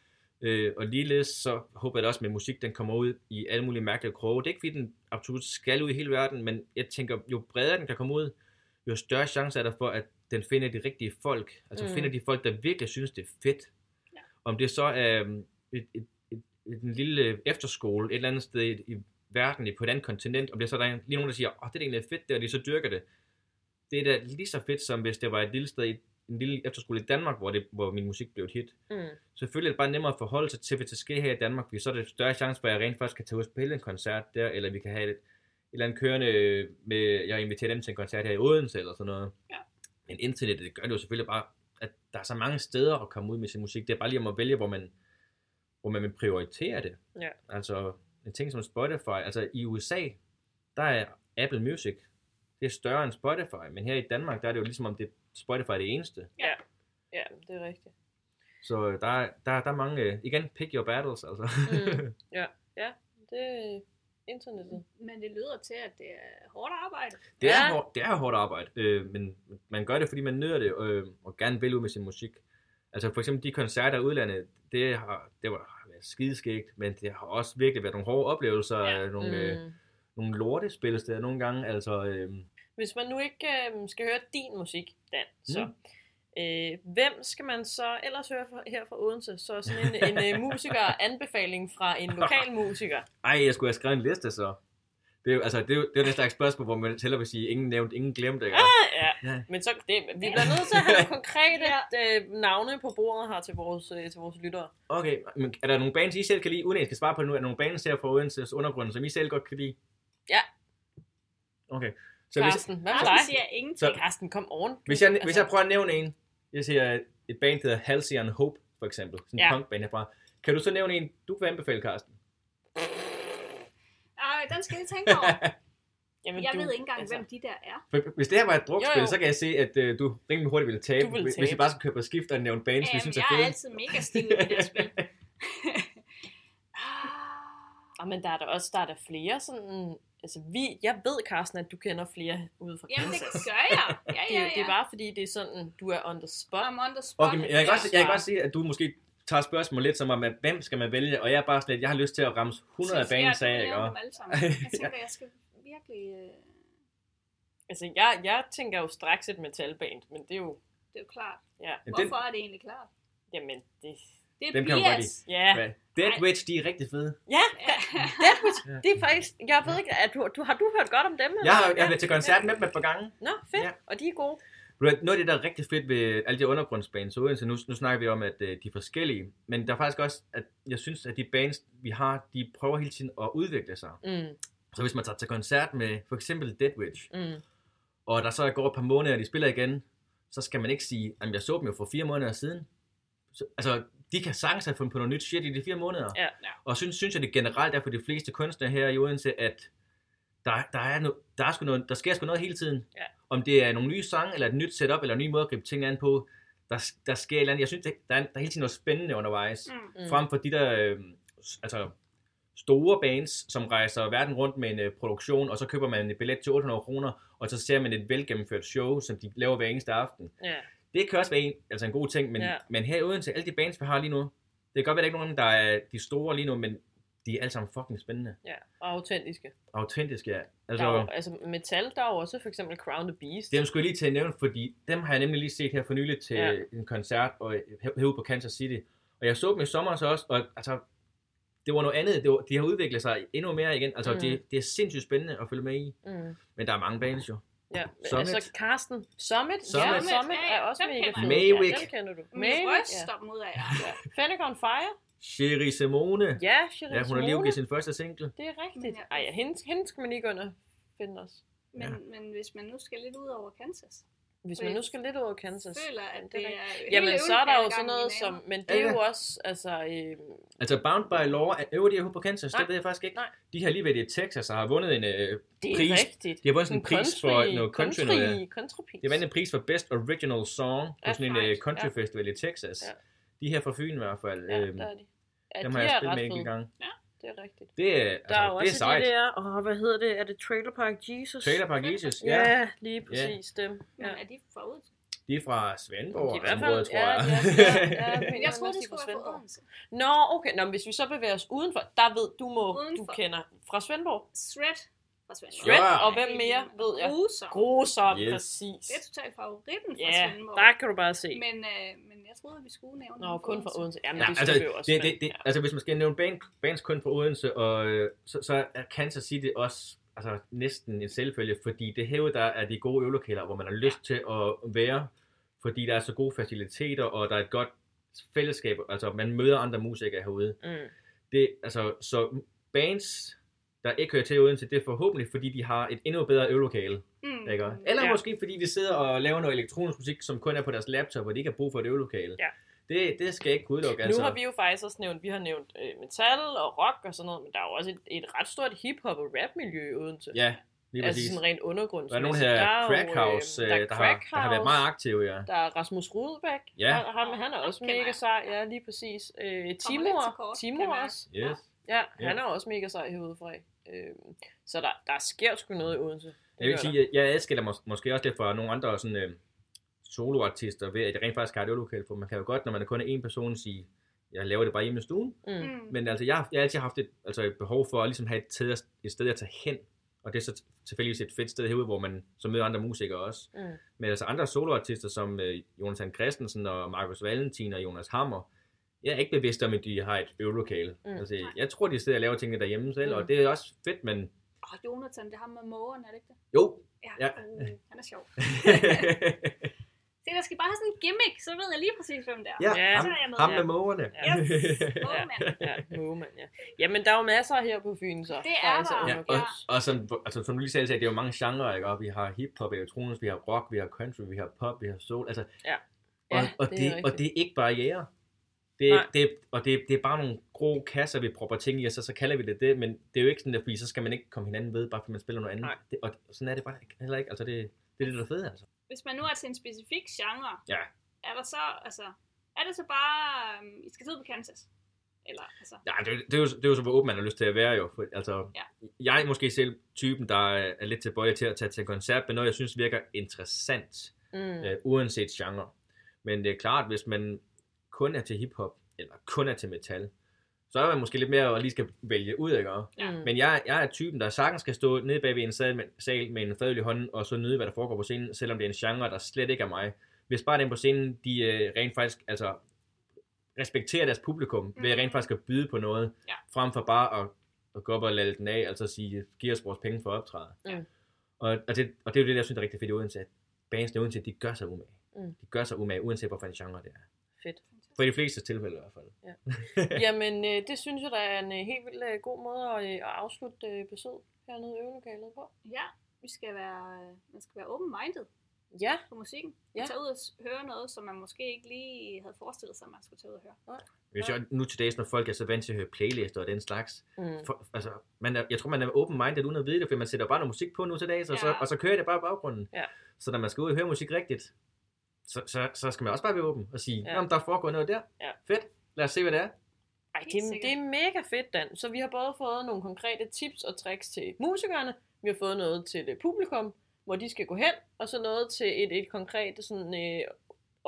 Speaker 3: Øh, og ligeledes så håber jeg da også, at min musik den kommer ud i alle mulige mærkelige kroge. Det er ikke fordi, den absolut skal ud i hele verden, men jeg tænker, jo bredere den kan komme ud, jo større chance er der for, at den finder de rigtige folk. Altså
Speaker 1: Mm.
Speaker 3: mm. finder de folk, der virkelig synes, det er fedt.
Speaker 4: Ja.
Speaker 3: Om det så er øhm, et, et, et, et, en lille efterskole et eller andet sted i, i verden, i- på et andet kontinent, om det så er der en- lige nogen, der siger, åh, det er da egentlig fedt, det, og de så dyrker det. Det er da lige så fedt, som hvis det var et lille sted i en lille efterskole i Danmark, hvor, det, hvor min musik blev et hit.
Speaker 1: Mm.
Speaker 3: Selvfølgelig er det bare nemmere at forholde sig til, hvis det sker her i Danmark, fordi så er det større chance for, at jeg rent faktisk kan tage ud og spille en koncert der, eller vi kan have et, et eller andet kørende øh, med, jeg inviterer dem til en koncert her i Odense eller sådan noget.
Speaker 4: Ja.
Speaker 3: Men internettet, det gør det jo selvfølgelig bare, at der er så mange steder at komme ud med sin musik. Det er bare lige om at vælge, hvor man, hvor man vil prioritere det.
Speaker 1: Ja.
Speaker 3: Altså en ting som Spotify, altså i USA, der er Apple Music, det er større end Spotify, men her i Danmark, der er det jo ligesom om det Spotify er det eneste.
Speaker 1: Ja, det er rigtigt.
Speaker 3: Så øh, der, er- der, er- der er mange, øh, igen, pick your battles, altså.
Speaker 1: Mm. Ja, ja. Det er internettet.
Speaker 4: Men det lyder til, at det er hårdt arbejde.
Speaker 3: Det er,
Speaker 1: Ja.
Speaker 3: ja. hård, det er hårdt arbejde, øh, men man gør det, fordi man nyder det, øh, og gerne vil ud med sin musik. Altså for eksempel de koncerter i udlandet, det har det var skideskægt, men det har også virkelig været nogle hårde oplevelser,
Speaker 4: Ja.
Speaker 3: ja. nogle, mm. øh, nogle lortespillesteder nogle gange, altså øh,
Speaker 1: Hvis man nu ikke øh, skal høre din musik, Dan,
Speaker 3: Mm.
Speaker 1: så øh, hvem skal man så ellers høre fra, her fra Odense? Så sådan en, en øh, musiker-anbefaling fra en lokal musiker.
Speaker 3: ej, jeg skulle have skrevet en liste så. Det er jo, altså, det er jo, det er jo den slags spørgsmål, hvor man hellere vil sige, ingen nævnt, ingen glemt, ikke?
Speaker 1: Ah, Ja,
Speaker 3: Ja.
Speaker 1: men så, det, vi bliver nødt til at have nogle konkrete øh, navne på bordet her til vores, øh, til vores lyttere.
Speaker 3: Okay, men er der nogle bands, I selv kan lide, uden at I skal svare på det nu, er der nogle bands her fra Odenses undergrund, som I selv godt kan lide?
Speaker 1: Ja.
Speaker 3: Okay, så hvis,
Speaker 1: Carsten, hvad med
Speaker 4: Carsten
Speaker 1: dig?
Speaker 4: siger ingenting.
Speaker 3: så,
Speaker 1: Carsten, kom on.
Speaker 3: Hvis jeg, altså... hvis jeg prøver at nævne en, jeg siger et band, der hedder Halcyon Hope, for eksempel. Sådan en
Speaker 1: Ja.
Speaker 3: ja. punkband herfra. Kan du så nævne en, du kan anbefale, Carsten?
Speaker 4: Ej, den skal jeg tænke over.
Speaker 1: Jamen,
Speaker 4: Jeg
Speaker 1: du-
Speaker 4: ved ikke engang,
Speaker 1: altså-
Speaker 4: hvem de der er.
Speaker 3: For Hvis det her var et drukspil,
Speaker 1: Jo, jo.
Speaker 3: så kan jeg se, at øh, du rimelig hurtigt ville tabe,
Speaker 1: Du ville
Speaker 3: hvis-
Speaker 1: tabe.
Speaker 3: hvis I bare skulle køre på skift og nævne bands, vi
Speaker 4: Øhm,
Speaker 3: synes
Speaker 4: jeg
Speaker 3: er
Speaker 4: er
Speaker 3: fede.
Speaker 4: altid mega stille i det der spil. Ah,
Speaker 1: Ah, men der er der også der er der flere sådan... Altså, vi, jeg ved, Carsten, at du kender flere ude fra
Speaker 4: Jamen, det
Speaker 1: Kansas.
Speaker 4: gør jeg. Ja,
Speaker 1: Det,
Speaker 4: ja,
Speaker 1: er
Speaker 4: ja.
Speaker 1: jo- det er bare fordi, det er sådan, du er on the spot.
Speaker 4: I'm on the spot.
Speaker 3: Okay, men jeg kan, godt, jeg kan godt se, at du måske tager spørgsmål lidt som om, at hvem skal man vælge? Og jeg er bare sådan lidt, jeg har lyst til at ramme 100 af banen, sagde jeg.
Speaker 4: Jeg
Speaker 3: ikke?
Speaker 4: nævner
Speaker 3: Og-
Speaker 4: dem alle sammen. Jeg tænker, jeg skal virkelig... øh,
Speaker 1: Altså, jeg, jeg tænker jo straks et metalband, men det er jo...
Speaker 4: Det er jo klart.
Speaker 1: Ja,
Speaker 3: Men den,
Speaker 4: Hvorfor er det egentlig klart?
Speaker 1: jamen, det...
Speaker 4: Det er
Speaker 3: Dem kan man godt
Speaker 4: bias.
Speaker 3: lide.
Speaker 1: Ja,
Speaker 3: hvad? Dead Witch, de er rigtig fede.
Speaker 1: ja
Speaker 4: Ja.
Speaker 1: det er faktisk... Jeg ved ikke, at du, du, har du hørt godt om dem? eller?
Speaker 3: Jeg har, jeg har været til koncert med dem et par gange.
Speaker 1: Nå, fedt.
Speaker 3: Ja.
Speaker 1: Og de er gode.
Speaker 3: Ved du hvad, Noget af det, der er rigtig fedt ved alle de undergrundsbands i Odense, nu, nu snakker vi om, at øh, de er forskellige, men der er faktisk også, at jeg synes, at de bands, vi har, de prøver hele tiden at udvikle sig.
Speaker 1: Mm,
Speaker 3: Så hvis man tager til koncert med for eksempel Dead Witch,
Speaker 1: mm.
Speaker 3: og der så går et par måneder, og de spiller igen, så skal man ikke sige, at jeg så dem jo for fire måneder siden. Så, altså, de kan sagtens have fundet på noget nyt shit i de fire måneder.
Speaker 1: Ja.
Speaker 3: Og synes, synes jeg det generelt er for de fleste kunstnere her i Odense, at der, der, er no, der, er sgu noget, der sker sgu noget hele tiden.
Speaker 1: Ja.
Speaker 3: Om det er nogle nye sange, eller et nyt setup, eller en ny måde at gribe ting an på, der, der sker et eller andet. Jeg synes, det, der, er, der er hele tiden noget spændende undervejs.
Speaker 4: Mm.
Speaker 1: Mm.
Speaker 3: Frem for de der øh, s- altså, store bands, som rejser verden rundt med en øh, produktion, og så køber man en billet til 800 kroner, og så ser man et velgennemført show, som de laver hver eneste aften.
Speaker 1: Ja.
Speaker 3: Det kan også være en, altså en god ting, men,
Speaker 1: Ja.
Speaker 3: ja. men her uden til alle de bands, vi har lige nu, det kan godt være, der ikke er nogen, der er de store lige nu, men de er alle sammen fucking spændende.
Speaker 1: ja, og autentiske.
Speaker 3: Autentiske, ja.
Speaker 1: Der
Speaker 3: Altså,
Speaker 1: er jo, altså metal, der er jo også for eksempel Crown the Beast.
Speaker 3: dem skulle jeg lige til at nævne, fordi dem har jeg nemlig lige set her for nylig til
Speaker 1: Ja.
Speaker 3: ja. en koncert og her- herude på Kansas City. Og jeg så dem i sommer så også, og altså, det var noget andet. Det var, de har udviklet sig endnu mere igen. Altså,
Speaker 1: Mm.
Speaker 3: mm. det, det er sindssygt spændende at følge med i.
Speaker 1: Mm.
Speaker 3: Men der er mange bands jo.
Speaker 1: Ja, men
Speaker 3: Summit.
Speaker 1: altså Carsten. Summit. Ja,
Speaker 3: Summit.
Speaker 1: Summit
Speaker 4: Ja,
Speaker 1: er
Speaker 4: ja,
Speaker 1: også
Speaker 4: dem
Speaker 1: mega
Speaker 4: kender
Speaker 1: fed.
Speaker 3: jeg. Maywick.
Speaker 1: Ja, dem kender du.
Speaker 4: Min
Speaker 1: Maywick,
Speaker 4: røst
Speaker 1: ja.
Speaker 4: står mod af jer.
Speaker 1: Fennec on Fire.
Speaker 3: Sherry Simone. Ja,
Speaker 1: Ja, Shirley
Speaker 3: ja hun har lige udgivet sin første single.
Speaker 1: Det er rigtigt.
Speaker 4: Ja.
Speaker 1: Ej, ja, hende, hende skal man ikke under finde os.
Speaker 4: Men,
Speaker 3: Ja.
Speaker 4: men hvis man nu skal lidt ud over Kansas,
Speaker 1: Hvis man nu skal lidt over Kansas.
Speaker 4: føler at
Speaker 1: det
Speaker 4: det
Speaker 1: er rigtigt.
Speaker 4: er...
Speaker 1: Jamen,
Speaker 4: helt
Speaker 1: så er der jo
Speaker 4: øvelokale
Speaker 1: sådan
Speaker 4: gang i
Speaker 1: noget
Speaker 4: naven.
Speaker 1: som... Men det er
Speaker 3: Ja,
Speaker 1: jo
Speaker 3: ja.
Speaker 1: også... Altså, øh,
Speaker 3: Altså, Bound by Law er øver de herude på Kansas.
Speaker 1: Nej.
Speaker 3: Det ved jeg faktisk ikke.
Speaker 1: Nej.
Speaker 3: De har lige været i Texas og har vundet en... Øh,
Speaker 1: det er
Speaker 3: Pris.
Speaker 1: rigtigt.
Speaker 3: de har vundet sådan en pris for noget country.
Speaker 1: country,
Speaker 3: noget, ja.
Speaker 1: country, country
Speaker 3: De vandt en pris for Best Original Song på
Speaker 1: Ja,
Speaker 3: sådan en
Speaker 1: faktisk,
Speaker 3: øh, country
Speaker 1: ja.
Speaker 3: festival i Texas.
Speaker 1: Ja.
Speaker 3: Ja. De her fra Fyn i hvert fald.
Speaker 1: Ja,
Speaker 3: øhm,
Speaker 1: der er de. Ja,
Speaker 3: dem
Speaker 1: de
Speaker 3: har jeg
Speaker 1: er
Speaker 3: spillet
Speaker 1: ret
Speaker 3: med en
Speaker 1: fede.
Speaker 3: enkelt gang.
Speaker 1: Det er rigtigt.
Speaker 3: Det er, altså,
Speaker 1: Der er jo
Speaker 3: det er
Speaker 1: også
Speaker 3: sejt.
Speaker 1: de der, og hvad hedder det, er det Trailer Park Jesus?
Speaker 3: Trailer Park Jesus,
Speaker 1: Ja,
Speaker 3: ja.
Speaker 1: ja lige præcis dem. Ja.
Speaker 4: Men er de forud?
Speaker 3: De er fra
Speaker 1: De
Speaker 3: Svendborg,
Speaker 1: er i hvert fald-
Speaker 3: området, altså, tror
Speaker 1: ja,
Speaker 3: jeg.
Speaker 1: de er- ja,
Speaker 4: Men
Speaker 1: ja, mener
Speaker 4: jeg
Speaker 1: han
Speaker 4: troede,
Speaker 1: også,
Speaker 4: det
Speaker 1: de var
Speaker 4: skulle være
Speaker 1: Svendborg.
Speaker 4: på Odense.
Speaker 1: Nå, okay. Nå, men hvis vi så bevæger os udenfor, der ved du, må, du
Speaker 4: Udenfor.
Speaker 1: kender fra Svendborg.
Speaker 4: Shred fra Svendborg.
Speaker 1: Shred,
Speaker 3: Ja.
Speaker 1: og hvem mere, ved jeg.
Speaker 4: Grusom.
Speaker 1: Grusom,
Speaker 3: Yes.
Speaker 1: præcis.
Speaker 4: Det er totalt favoritten fra
Speaker 1: Ja,
Speaker 4: Svendborg.
Speaker 1: der kan du bare se.
Speaker 4: Men, øh, men jeg troede, vi skulle nævne
Speaker 1: Nå,
Speaker 4: den
Speaker 1: kun fra Odense. Jamen,
Speaker 3: Ja,
Speaker 1: det
Speaker 3: altså,
Speaker 1: skulle vi jo også.
Speaker 3: det,
Speaker 1: men-
Speaker 3: det, det,
Speaker 1: ja.
Speaker 3: altså, hvis man skal nævne band, bands kun fra Odense, og, øh, så, så er Kansas City også altså, næsten en selvfølge, fordi det herude, der er de gode øvelokaler, hvor man har lyst til at være, fordi der er så gode faciliteter, og der er et godt fællesskab, altså man møder andre musikere herude.
Speaker 1: Mm.
Speaker 3: Det, altså, så bands, der ikke hører til i Odense, det er forhåbentlig, fordi de har et endnu bedre øvelokale.
Speaker 4: Mm.
Speaker 3: Ikke? Eller
Speaker 1: Ja.
Speaker 3: ja. måske fordi de sidder og laver noget elektronisk musik, som kun er på deres laptop, og de ikke har brug for et øvelokale.
Speaker 1: Ja.
Speaker 3: Det, det skal jeg ikke kunne udelukke. altså.
Speaker 1: Nu har vi jo faktisk også nævnt, vi har nævnt øh, metal og rock og sådan noget, men der er jo også et, et ret stort hip-hop og rap-miljø i Odense.
Speaker 3: Ja, lige
Speaker 1: altså
Speaker 3: præcis.
Speaker 1: sådan rent undergrund.
Speaker 3: der er nogen her, Crackhouse, øh, der, der, har, der har været meget aktive, ja.
Speaker 1: Der er Rasmus Rudebæk.
Speaker 3: Ja. Ah,
Speaker 1: Han, han, han er også
Speaker 4: Kender
Speaker 1: mega
Speaker 4: jeg.
Speaker 1: sej. Ja, lige præcis. Øh,
Speaker 4: lidt til
Speaker 1: Timur.
Speaker 4: kort,
Speaker 1: Timur
Speaker 4: kender jeg.
Speaker 1: også.
Speaker 3: Yes.
Speaker 1: Ja,
Speaker 3: Ja.
Speaker 1: han er også mega sej herude fra. Øh, så der, der sker sgu noget i Odense. Det
Speaker 3: Jeg vil
Speaker 1: gør
Speaker 3: sige, jeg, jeg adskiller mås- måske også lidt fra nogle andre sådan, øh, soloartister, ved at jeg rent faktisk har et øvelokale, for man kan jo godt, når man kun er en person, sige, jeg laver det bare hjemme i stuen.
Speaker 1: der. Mm.
Speaker 4: Mm.
Speaker 3: Men altså, jeg, har- jeg har altid haft et, altså, et behov for at ligesom have et, sted, et sted at tage hen, og det er så t- tilfældigvis et fedt sted herude, hvor man så møder andre musikere også.
Speaker 1: Mm.
Speaker 3: Men altså andre soloartister som øh, Jonathan Christensen og Markus Valentin og Jonas Hammer, jeg er ikke bevidst om, at de har et øvelokale.
Speaker 1: Mm.
Speaker 3: Mm. Altså,
Speaker 4: Nej.
Speaker 3: jeg tror, de sidder og laver tingene derhjemme selv,
Speaker 1: Mm.
Speaker 3: mm. og det er også fedt, men
Speaker 4: Åh, Jonathan, det er ham med mågerne, er det ikke det?
Speaker 3: jo.
Speaker 4: Ja,
Speaker 3: Ja.
Speaker 4: Uh, han er sjov. Se, der skal bare have sådan en gimmick, så ved jeg lige præcis, hvem det er.
Speaker 3: ja,
Speaker 1: Ja.
Speaker 3: ham,
Speaker 4: Så er jeg med.
Speaker 3: ham
Speaker 1: Ja.
Speaker 3: med mågerne.
Speaker 1: Ja.
Speaker 4: Mågemand.
Speaker 1: Ja, Mågemand, ja. Jamen, der er jo masser her på Fyn, så. altså
Speaker 4: Det er der.
Speaker 3: Ja, og,
Speaker 1: undergrund.
Speaker 3: og som, altså, som du lige selv sagde, det er jo mange genrer, ikke? Og vi har hiphop, elektronisk, vi har rock, vi har country, vi har pop, vi har soul. Altså, og,
Speaker 1: Ja,
Speaker 3: og, det,
Speaker 1: er
Speaker 3: det, og
Speaker 1: rigtigt.
Speaker 3: det er ikke barriere. Det,
Speaker 1: Nej.
Speaker 3: er- det, er- og det, er- det er bare nogle grå kasser, vi propper ting i, og så, så kalder vi det det, men det er jo ikke sådan, at fordi så skal man ikke komme hinanden ved, bare fordi man spiller noget andet.
Speaker 1: Nej.
Speaker 3: Det, og sådan er det bare ikke- heller ikke. Altså, det, det er det, der er fedt, altså.
Speaker 4: Hvis man nu er til en specifik genre,
Speaker 3: Ja.
Speaker 4: øhm, er der så, altså, er det så bare, um, I skal sidde på Kansas? Eller, altså,
Speaker 3: Nej, det, er jo- det, er jo, det er jo så, hvor åben man har lyst til at være jo. For, altså,
Speaker 4: Ja.
Speaker 3: Jeg er måske selv typen, der er er lidt tilbøjelig til at tage til en koncert, men noget, jeg synes virker interessant,
Speaker 1: Mm.
Speaker 3: mm. øh, uanset genre. Men det er klart, hvis man kun er til hiphop, eller kun er til metal, så er man måske lidt mere og lige skal vælge ud, ikke? også?
Speaker 4: Ja.
Speaker 1: Mm.
Speaker 3: Men jeg, jeg er typen, der sagtens skal stå nede bag ved en sal med, sal med en fadøl i hånden, og så nyde, hvad der foregår på scenen, selvom det er en genre, der slet ikke er mig. Hvis bare dem på scenen, de øh, rent faktisk altså, respekterer deres publikum, mm. ved rent faktisk at byde på noget,
Speaker 4: Ja.
Speaker 3: frem for bare at, at gå op og lade den af, altså sige, giv os vores penge for at optræde.
Speaker 1: Ja.
Speaker 3: Og, og, det, og det er jo det, jeg synes er rigtig fedt i Odense, at bands i Odense, de gør sig umage.
Speaker 1: Mm.
Speaker 3: De gør sig umage, uanset hvorfor en genre det er.
Speaker 1: Fedt.
Speaker 3: For i de fleste tilfælde i hvert fald.
Speaker 1: Jamen, øh, det synes jeg, der er en øh, helt vildt øh, god måde at, øh, at afslutte øh, besøg hernede i øvelokalet på.
Speaker 4: ja, vi skal være, øh, man skal være open-minded
Speaker 1: Ja,
Speaker 4: på musikken.
Speaker 1: Ja.
Speaker 4: Ja. Tage ud og s- høre noget, som man måske ikke lige havde forestillet sig, man skulle tage ud og høre.
Speaker 3: Hvis jeg nu til dags, når folk er så vant til at høre playlister og den slags,
Speaker 1: mm.
Speaker 3: for, altså, man er, jeg tror, man er open-minded uden at vide det, for man sætter bare noget musik på nu til dags, og, så,
Speaker 4: Ja.
Speaker 3: og så kører det bare i baggrunden.
Speaker 1: Ja.
Speaker 3: Så når man skal ud og høre musik rigtigt, så, så, så skal man også bare være åben og sige,
Speaker 1: Ja.
Speaker 3: ja. der foregår noget der.
Speaker 1: Ja.
Speaker 3: Fedt. Lad os se, hvad det er.
Speaker 1: Ej,
Speaker 4: Helt
Speaker 1: det, er-
Speaker 4: sikkert.
Speaker 1: det er mega fedt, Dan. Så vi har både fået nogle konkrete tips og tricks til musikerne, vi har fået noget til øh, publikum, hvor de skal gå hen, og så noget til et, et konkret sådan, øh,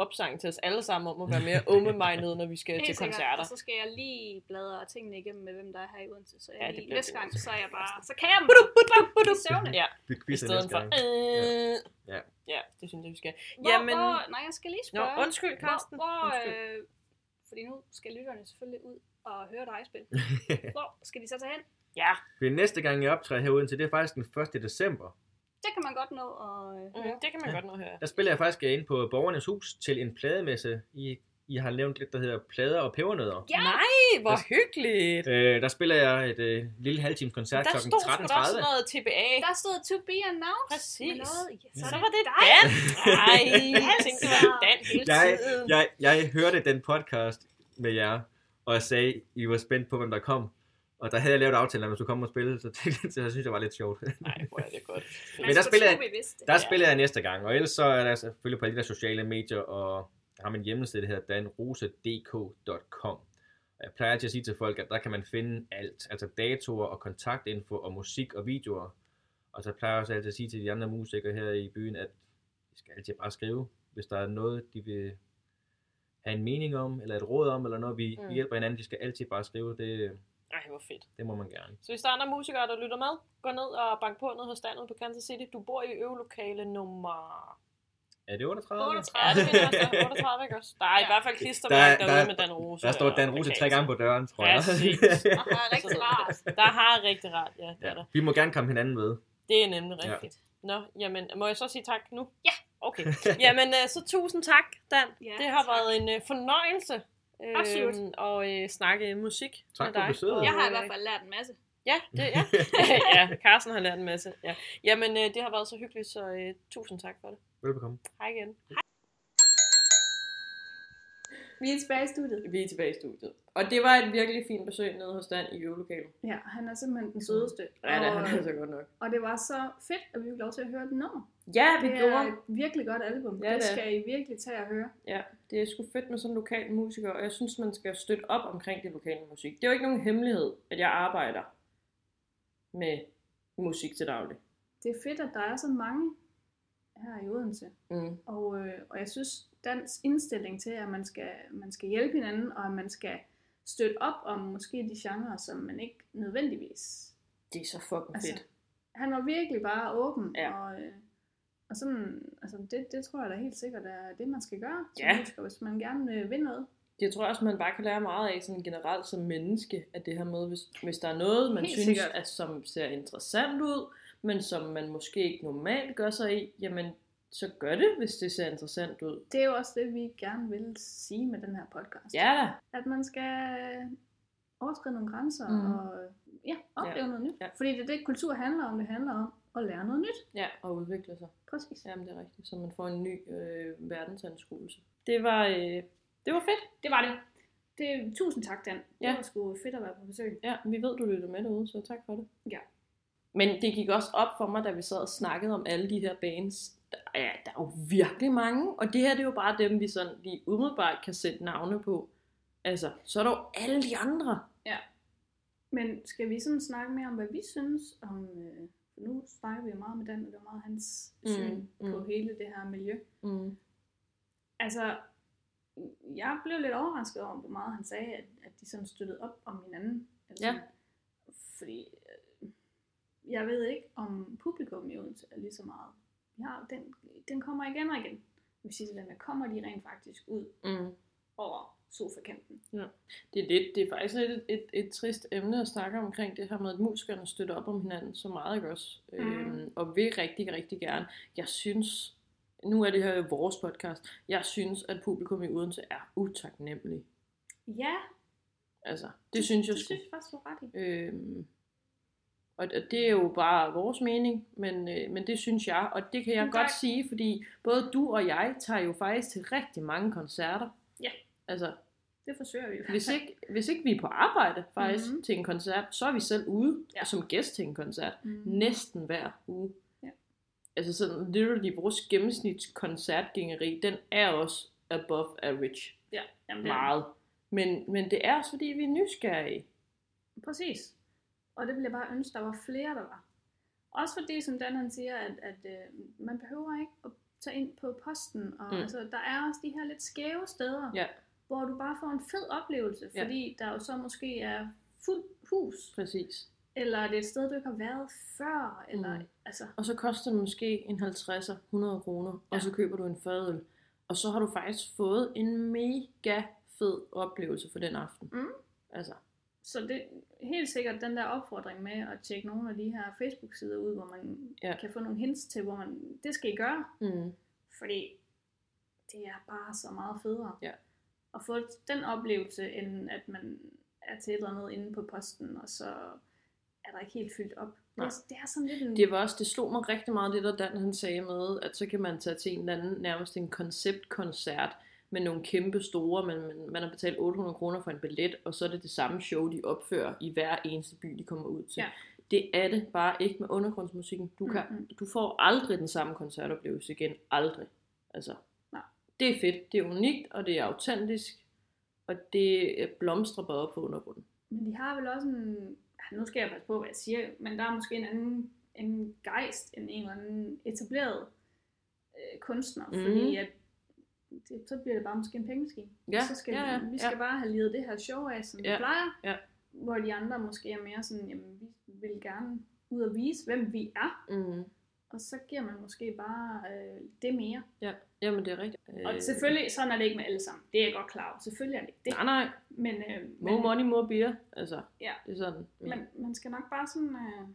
Speaker 1: opsang til os alle sammen om at være mere åbne-minded, når vi skal til
Speaker 4: sikkert.
Speaker 1: koncerter.
Speaker 4: Og så skal jeg lige bladre tingene igennem med, hvem der er her i Odense. Så jeg
Speaker 1: Ja,
Speaker 4: ja,
Speaker 1: det
Speaker 4: lige
Speaker 1: bliver
Speaker 4: næste
Speaker 1: det.
Speaker 4: gang, så er jeg bare, så kan jeg dem. I søvne.
Speaker 1: Ja,
Speaker 3: Vi
Speaker 1: i stedet for... Øh,
Speaker 3: Ja.
Speaker 1: ja, det synes jeg, vi skal.
Speaker 4: Hvor,
Speaker 1: Jamen-
Speaker 4: Jamen... hvor, nej, jeg skal lige
Speaker 1: Nå,
Speaker 4: spørge.
Speaker 1: undskyld, Karsten.
Speaker 4: Hvor, hvor
Speaker 1: Undskyld.
Speaker 4: øh, fordi nu skal lytterne selvfølgelig ud og høre dig spille. Hvor skal de så tage hen?
Speaker 1: Ja,
Speaker 3: For næste gang, jeg optræder herude til, det er faktisk den 1. december.
Speaker 4: Det kan man godt nå at øh, høre.
Speaker 1: mm, det kan man godt nå at høre.
Speaker 3: Der spiller jeg faktisk inde på Borgernes Hus til en plademesse. I, I har nævnt lidt, der hedder Plader og Pebernødder.
Speaker 4: Ja!
Speaker 1: Nej, hvor hyggeligt.
Speaker 3: Øh, der spiller jeg et øh, lille halvtimes koncert kl.
Speaker 1: Der stod sgu da også
Speaker 3: 13.30.
Speaker 1: noget TBA.
Speaker 4: Der stod to be announced.
Speaker 1: Præcis.
Speaker 4: Med noget. Ja,
Speaker 3: Ja.
Speaker 1: Så
Speaker 4: sådan.
Speaker 1: var det Dan. Nej, jeg
Speaker 4: Altså.
Speaker 1: tænkte, det var Dan hele
Speaker 3: jeg,
Speaker 1: tiden.
Speaker 3: jeg, jeg hørte den podcast med jer, og jeg sagde, I var spændt på, hvem der kom. Og der havde jeg lavet aftalen, at man skulle komme og spille, så det, så jeg synes, det var lidt sjovt.
Speaker 1: Nej, hvor er det godt.
Speaker 4: Man
Speaker 3: Men der
Speaker 4: skulle
Speaker 3: spiller
Speaker 4: tro,
Speaker 3: jeg-
Speaker 4: vi vidste det.
Speaker 3: Der spiller jeg næste gang, og ellers så er der selvfølgelig på alle de der sociale medier, og jeg har min hjemmeside, der hedder danrosedk.com. Og Jeg plejer altid at sige til folk, at der kan man finde alt, altså datoer og kontaktinfo og musik og videoer. Og så plejer jeg også altid at sige til de andre musikere her i byen, at de skal altid bare skrive, hvis der er noget, de vil have en mening om, eller et råd om, eller noget, vi
Speaker 1: Mm.
Speaker 3: mm. hjælper hinanden, de skal altid bare skrive, det,
Speaker 1: Nej, hvor fedt.
Speaker 3: det må man gerne.
Speaker 1: Så hvis der er andre musikere, der lytter med, gå ned og bank på ned hos Dan ude på Kansas City. Du bor i øvelokale nummer...
Speaker 3: Er det 38?
Speaker 4: 38.
Speaker 1: Ja, det finder jeg så. 38, ikke også? Der er i
Speaker 4: Ja.
Speaker 1: hvert fald klistermærke
Speaker 3: Der-
Speaker 1: derude
Speaker 3: der-
Speaker 1: med Dan Rose.
Speaker 3: Der står
Speaker 1: og
Speaker 3: Dan Rose tre
Speaker 1: plakater.
Speaker 3: gange på døren, tror jeg.
Speaker 1: Præcis.
Speaker 4: Aha, rigtig rart.
Speaker 1: Der har jeg rigtig rart, ja. Det, er
Speaker 3: Ja,
Speaker 1: der.
Speaker 3: vi må gerne komme hinanden ved.
Speaker 1: det er nemlig
Speaker 3: Ja.
Speaker 1: rigtigt. Nå, jamen, må jeg så sige tak nu?
Speaker 4: Ja.
Speaker 1: Okay. Jamen, øh, så tusind tak, Dan.
Speaker 4: Ja,
Speaker 1: det har
Speaker 4: tak.
Speaker 1: været en øh, fornøjelse øh,
Speaker 4: Absolut.
Speaker 1: at øh, snakke musik
Speaker 3: Tak
Speaker 1: med
Speaker 3: for
Speaker 1: dig.
Speaker 3: besøget.
Speaker 1: Og,
Speaker 4: Jeg har i
Speaker 1: øh,
Speaker 4: hvert fald lært en masse.
Speaker 1: Ja, det, ja. ja, Carsten har lært en masse. Ja. Jamen, øh, det har været så hyggeligt, så øh, tusind tak for det.
Speaker 3: Velbekomme.
Speaker 1: Hej igen.
Speaker 2: Vi er tilbage i studiet.
Speaker 1: Vi er tilbage i studiet. Og det var et virkelig fint besøg nede hos Dan i øvelokalet.
Speaker 2: Ja, han er simpelthen den sødeste.
Speaker 1: Ja, det
Speaker 2: og,
Speaker 1: han er så godt nok.
Speaker 2: og det var så fedt, at vi fik lov til at høre den nummer.
Speaker 1: Ja, vi
Speaker 2: Det er
Speaker 1: gjorde.
Speaker 2: et virkelig godt album.
Speaker 1: Ja,
Speaker 2: Ja,
Speaker 1: det
Speaker 2: det
Speaker 1: er.
Speaker 2: skal I virkelig tage at høre.
Speaker 1: Ja, det er sgu fedt med sådan lokale musikere, og jeg synes, man skal støtte op omkring det lokale musik. Det er jo ikke nogen hemmelighed, at jeg arbejder med musik til daglig.
Speaker 2: Det er fedt, at der er så mange her i Odense.
Speaker 1: Mm.
Speaker 2: Og, øh, og jeg synes, dans indstilling til, at man skal, man skal hjælpe hinanden, og at man skal støtte op om måske de genrer, som man ikke nødvendigvis...
Speaker 1: Det er så fucking
Speaker 2: Altså,
Speaker 1: fedt.
Speaker 2: Han var virkelig bare åben,
Speaker 1: Ja.
Speaker 2: ja. og, øh, og sådan, altså det, det tror jeg da helt sikkert er det, man skal gøre som
Speaker 1: Ja.
Speaker 2: musiker, hvis man gerne øh, vil noget.
Speaker 1: Det tror jeg også, man bare kan lære meget af sådan generelt som menneske, at det her med, hvis, hvis der er noget, man
Speaker 2: Helt
Speaker 1: synes,
Speaker 2: sikkert.
Speaker 1: at, som ser interessant ud, men som man måske ikke normalt gør sig i, jamen så gør det, hvis det ser interessant ud.
Speaker 2: Det er jo også det, vi gerne vil sige med den her podcast.
Speaker 1: Ja da.
Speaker 2: At man skal overskride nogle grænser
Speaker 1: Mhm.
Speaker 2: mm. og ja, opleve
Speaker 1: Ja.
Speaker 2: noget nyt.
Speaker 1: Ja.
Speaker 2: Fordi det er det, kultur handler om. Det handler om at lære noget nyt.
Speaker 1: Ja, og udvikle sig.
Speaker 2: Præcis.
Speaker 1: Jamen det er rigtigt, så man får en ny øh, verdensanskuelse. Det var, øh, det var fedt.
Speaker 2: Det var det. det tusind tak, Dan. Ja.
Speaker 1: Ja.
Speaker 2: Det var sgu fedt at være på besøg.
Speaker 1: Ja, vi ved, du lytter med derude, så tak for det.
Speaker 2: Ja.
Speaker 1: Men det gik også op for mig, da vi sad og snakkede om alle de her bands. Der er, der er jo virkelig mange, og det her det er jo bare dem, vi sådan lige umiddelbart kan sætte navne på. Altså, så er der jo alle de andre.
Speaker 2: Men skal vi sådan snakke mere om, hvad vi synes om... Øh, nu snakker vi jo meget med Dan, og det var meget hans
Speaker 1: Mm,
Speaker 2: syn på
Speaker 1: mm.
Speaker 2: hele det her miljø.
Speaker 1: Mm.
Speaker 2: Altså, jeg blev lidt overrasket over, hvor meget han sagde, at, at de sådan støttede op om hinanden. Eller
Speaker 1: Ja.
Speaker 2: sådan. Fordi, øh, jeg ved ikke, om publikum i Odense er lige så meget. Ja, den, den kommer igen og igen. Hvis I sådan, kommer de rent faktisk ud
Speaker 1: Mm.
Speaker 2: over sofakanten.
Speaker 1: Det, er lidt, det er faktisk lidt et, et, et trist emne at snakke omkring det her med, at musikerne støtter op om hinanden så meget, ikke også? Mm. Øhm, og vil rigtig, rigtig gerne. Jeg synes, nu er det her jo vores podcast, jeg synes, at publikum i Odense er utaknemmelig.
Speaker 2: Ja,
Speaker 1: Altså, det, det synes jeg
Speaker 2: det
Speaker 1: sgu.
Speaker 2: synes jeg faktisk, du har ret i.
Speaker 1: Øhm, og og det er jo bare vores mening, men, øh, men det synes jeg, og det kan jeg
Speaker 2: Men
Speaker 1: godt
Speaker 2: der-
Speaker 1: sige, fordi både du og jeg tager jo faktisk til rigtig mange koncerter.
Speaker 2: Ja.
Speaker 1: Altså,
Speaker 2: Det forsøger vi.
Speaker 1: hvis ikke, hvis ikke vi er på arbejde faktisk
Speaker 2: Mhm.
Speaker 1: mm-hmm. til en koncert, så er vi selv ude
Speaker 2: Ja.
Speaker 1: ja. som gæst til en koncert
Speaker 2: Mm.
Speaker 1: næsten hver uge.
Speaker 2: Ja.
Speaker 1: Altså sådan, literally, vores gennemsnitskoncertgængeri, den er også above average.
Speaker 2: Ja, jamen, det er-
Speaker 1: Meget. Men, men det er også fordi, vi er nysgerrige.
Speaker 2: Præcis. Og det ville jeg bare ønske, der var flere, der var. Også fordi, som Dan han siger, at, at øh, man behøver ikke at tage ind på posten. Og, mm.
Speaker 1: Mm.
Speaker 2: altså, der er også de her lidt skæve steder,
Speaker 1: Ja.
Speaker 2: hvor du bare får en fed oplevelse,
Speaker 1: Ja.
Speaker 2: fordi der jo så måske er fuldt hus,
Speaker 1: Præcis.
Speaker 2: eller det er et sted, du ikke har været før, eller mm.
Speaker 1: Mm.
Speaker 2: altså,
Speaker 1: og så koster det måske en 50'er, 100 kroner,
Speaker 2: Ja.
Speaker 1: og så køber du en fadøl. Og så har du faktisk fået en mega fed oplevelse for den aften.
Speaker 2: Mm.
Speaker 1: Altså,
Speaker 2: så det er helt sikkert den der opfordring med at tjekke nogle af de her Facebook-sider ud, hvor man ja.
Speaker 1: Ja.
Speaker 2: kan få nogle hints til, hvor man, det skal I gøre,
Speaker 1: mm,
Speaker 2: Fordi det er bare så meget federe.
Speaker 1: Ja.
Speaker 2: At få den oplevelse, end at man er til et eller andet inde på posten, og så er der ikke helt fyldt op. Det
Speaker 1: Nej.
Speaker 2: er, det er sådan lidt en...
Speaker 1: det var også, det slog mig rigtig meget, det der Dan han sagde med, at så kan man tage til en eller anden, nærmest en konceptkoncert, med nogle kæmpe store, men man, man har betalt 800 kroner for en billet, og så er det det samme show, de opfører i hver eneste by, de kommer ud til.
Speaker 2: Ja.
Speaker 1: Det er det bare ikke med undergrundsmusikken. Du, kan,
Speaker 2: Mm, mm.
Speaker 1: du får aldrig den samme koncertoplevelse igen. Aldrig. Altså,
Speaker 2: Nej.
Speaker 1: det er fedt, det er unikt, og det er autentisk, og det øh, blomstrer bare op på undergrunden.
Speaker 2: Men de har vel også en... Ah, Nu skal jeg passe på, hvad jeg siger, men der er måske en anden en gejst, end en eller anden etableret øh, kunstner, mm.
Speaker 1: Mhm.
Speaker 2: fordi at det, så bliver det bare måske en pengemaskine.
Speaker 1: Ja,
Speaker 2: så skal
Speaker 1: ja, ja,
Speaker 2: vi skal
Speaker 1: ja.
Speaker 2: bare have livet det her show af, som vi
Speaker 1: Ja,
Speaker 2: plejer.
Speaker 1: ja.
Speaker 2: Hvor de andre måske er mere sådan, jamen vi vil gerne ud og vise, hvem vi er.
Speaker 1: Mm.
Speaker 2: Og så giver man måske bare øh, det mere.
Speaker 1: Ja, jamen det er rigtigt. Øh,
Speaker 2: Og selvfølgelig, sådan er det ikke med alle sammen. Det er jeg godt klar over. Selvfølgelig er det ikke det.
Speaker 1: Nej, nej.
Speaker 2: Men, øh,
Speaker 1: More
Speaker 2: men,
Speaker 1: money, more beer. Altså,
Speaker 2: Ja.
Speaker 1: det er sådan. Mm.
Speaker 2: Men man skal nok bare sådan, øh,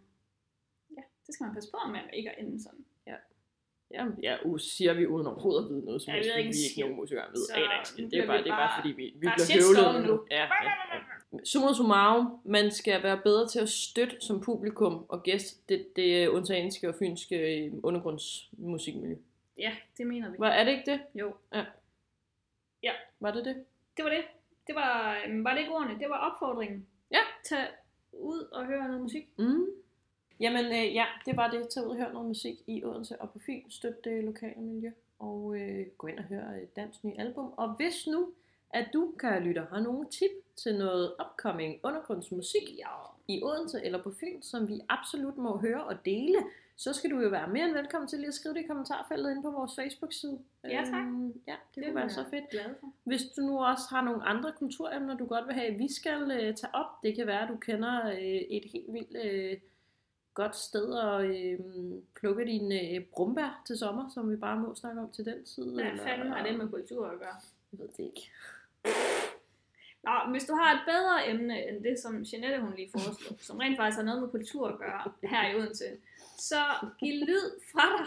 Speaker 2: ja, det skal man passe på med, ikke at ende sådan.
Speaker 1: Jamen, ja, uh, siger vi uden overhovedet at vide noget, som
Speaker 2: Ja, vi ved
Speaker 1: helst, fordi
Speaker 2: ikke
Speaker 1: vi
Speaker 2: en
Speaker 1: ikke nogen musikere ved.
Speaker 2: Så
Speaker 1: Så, aner ikke,
Speaker 2: nu
Speaker 1: skid. det,
Speaker 2: bliver
Speaker 1: er bare,
Speaker 2: vi
Speaker 1: det er bare
Speaker 2: bare-
Speaker 1: fordi, vi, vi
Speaker 2: bare
Speaker 1: bliver
Speaker 2: shitstorm
Speaker 1: høvlet
Speaker 2: nu.
Speaker 1: nu. Ja, ja, ja. Summa summarum, man skal være bedre til at støtte som publikum og gæst det, det undtagenske og fynske øh, undergrundsmusikmiljø.
Speaker 2: Ja, det mener vi.
Speaker 1: Var, er det ikke det?
Speaker 2: Jo,
Speaker 1: Var det det?
Speaker 2: det var det. Det var, øhm, var det ikke ordene? Det var opfordringen.
Speaker 1: Ja.
Speaker 2: Tag ud og hør noget musik.
Speaker 1: Mm. Jamen øh, ja, det var det. Tag ud og hør noget musik i Odense og på Fyn. Støt det lokale miljø og øh, gå ind og hør øh, Dans nye album. Og hvis nu, at du, kære lytter, har nogle tip til noget upcoming undergrundsmusik
Speaker 2: Ja.
Speaker 1: i Odense eller på Fyn, som vi absolut må høre og dele, så skal du jo være mere end velkommen til lige at skrive det i kommentarfeltet inde på vores Facebook-side.
Speaker 2: Ja, tak.
Speaker 1: Øhm, ja, det, det kunne
Speaker 2: vil
Speaker 1: være
Speaker 2: jeg
Speaker 1: så fedt.
Speaker 2: Glad for.
Speaker 1: Hvis du nu også har nogle andre kulturemner, du godt vil have, vi skal øh, tage op, det kan være, at du kender øh, et helt vildt øh, godt sted at øh, plukke dine øh, brumbær til sommer, som vi bare må snakke om til den tid.
Speaker 2: Hvad fanden har det med kultur at gøre?
Speaker 1: Jeg ved det ikke.
Speaker 2: Nå, men hvis du har et bedre emne end det, som Jeanette hun lige foreslog, som rent faktisk har noget med kultur at gøre her i Odense, så giv lyd fra dig,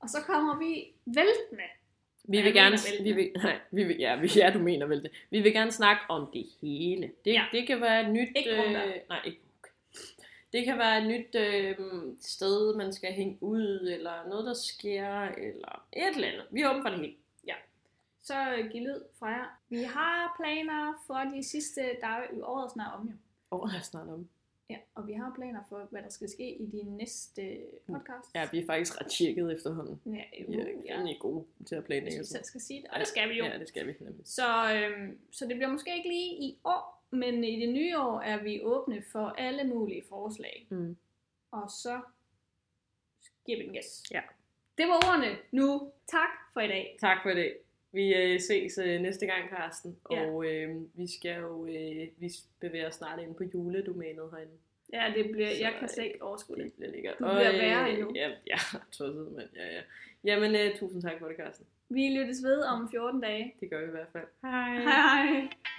Speaker 2: og så kommer vi væltende.
Speaker 1: Vi
Speaker 2: Ja,
Speaker 1: vil
Speaker 2: jeg
Speaker 1: gerne,
Speaker 2: mener vel
Speaker 1: vi
Speaker 2: det.
Speaker 1: vil, nej, vi vil, ja, vi, ja, du mener vel det. Vi vil gerne snakke om det hele. Det,
Speaker 2: Ja.
Speaker 1: ja. det kan være et nyt... øh,
Speaker 2: Ikke brumbær.
Speaker 1: nej, ikke okay. Det kan være et nyt øh, sted, man skal hænge ud, eller noget, der sker, eller et eller andet. Vi er åbne for det hele.
Speaker 2: Så øh, giv lyd fra jer. Vi har planer for de sidste dage i året snart om jo.
Speaker 1: Året er snart om.
Speaker 2: Ja, og vi har planer for, hvad der skal ske i de næste podcast.
Speaker 1: Ja, vi er faktisk ret tjekket efterhånden.
Speaker 2: ja,
Speaker 1: Vi er
Speaker 2: uh, ja.
Speaker 1: egentlig gode til at
Speaker 2: Hvis
Speaker 1: planlægge.
Speaker 2: vi
Speaker 1: og
Speaker 2: selv
Speaker 1: sådan
Speaker 2: skal sige det. Og det skal vi jo.
Speaker 1: noget. Ja, det skal vi nemlig.
Speaker 2: Så, øhm, så det bliver måske ikke lige i år, men i det nye år er vi åbne for alle mulige forslag.
Speaker 1: Mm.
Speaker 2: Og så giver vi den gas.
Speaker 1: Ja.
Speaker 2: Det var ordene nu. Tak for i dag.
Speaker 1: Tak for det. Vi øh, ses øh, næste gang, Karsten.
Speaker 2: Ja.
Speaker 1: Og øh, vi skal jo, øh, vi bevæger os snart ind på juledomænet herinde.
Speaker 2: Ja, det bliver,
Speaker 1: Så,
Speaker 2: jeg kan slet ikke overskue det.
Speaker 1: Det bliver lækkert.
Speaker 2: Du bliver
Speaker 1: øh,
Speaker 2: værre endnu.
Speaker 1: Ja, ja, tosset, men ja, ja. Jamen, øh, tusind tak for det, Karsten.
Speaker 2: Vi lyttes ved om 14 dage.
Speaker 1: Det gør vi i hvert fald.
Speaker 2: Hej hej.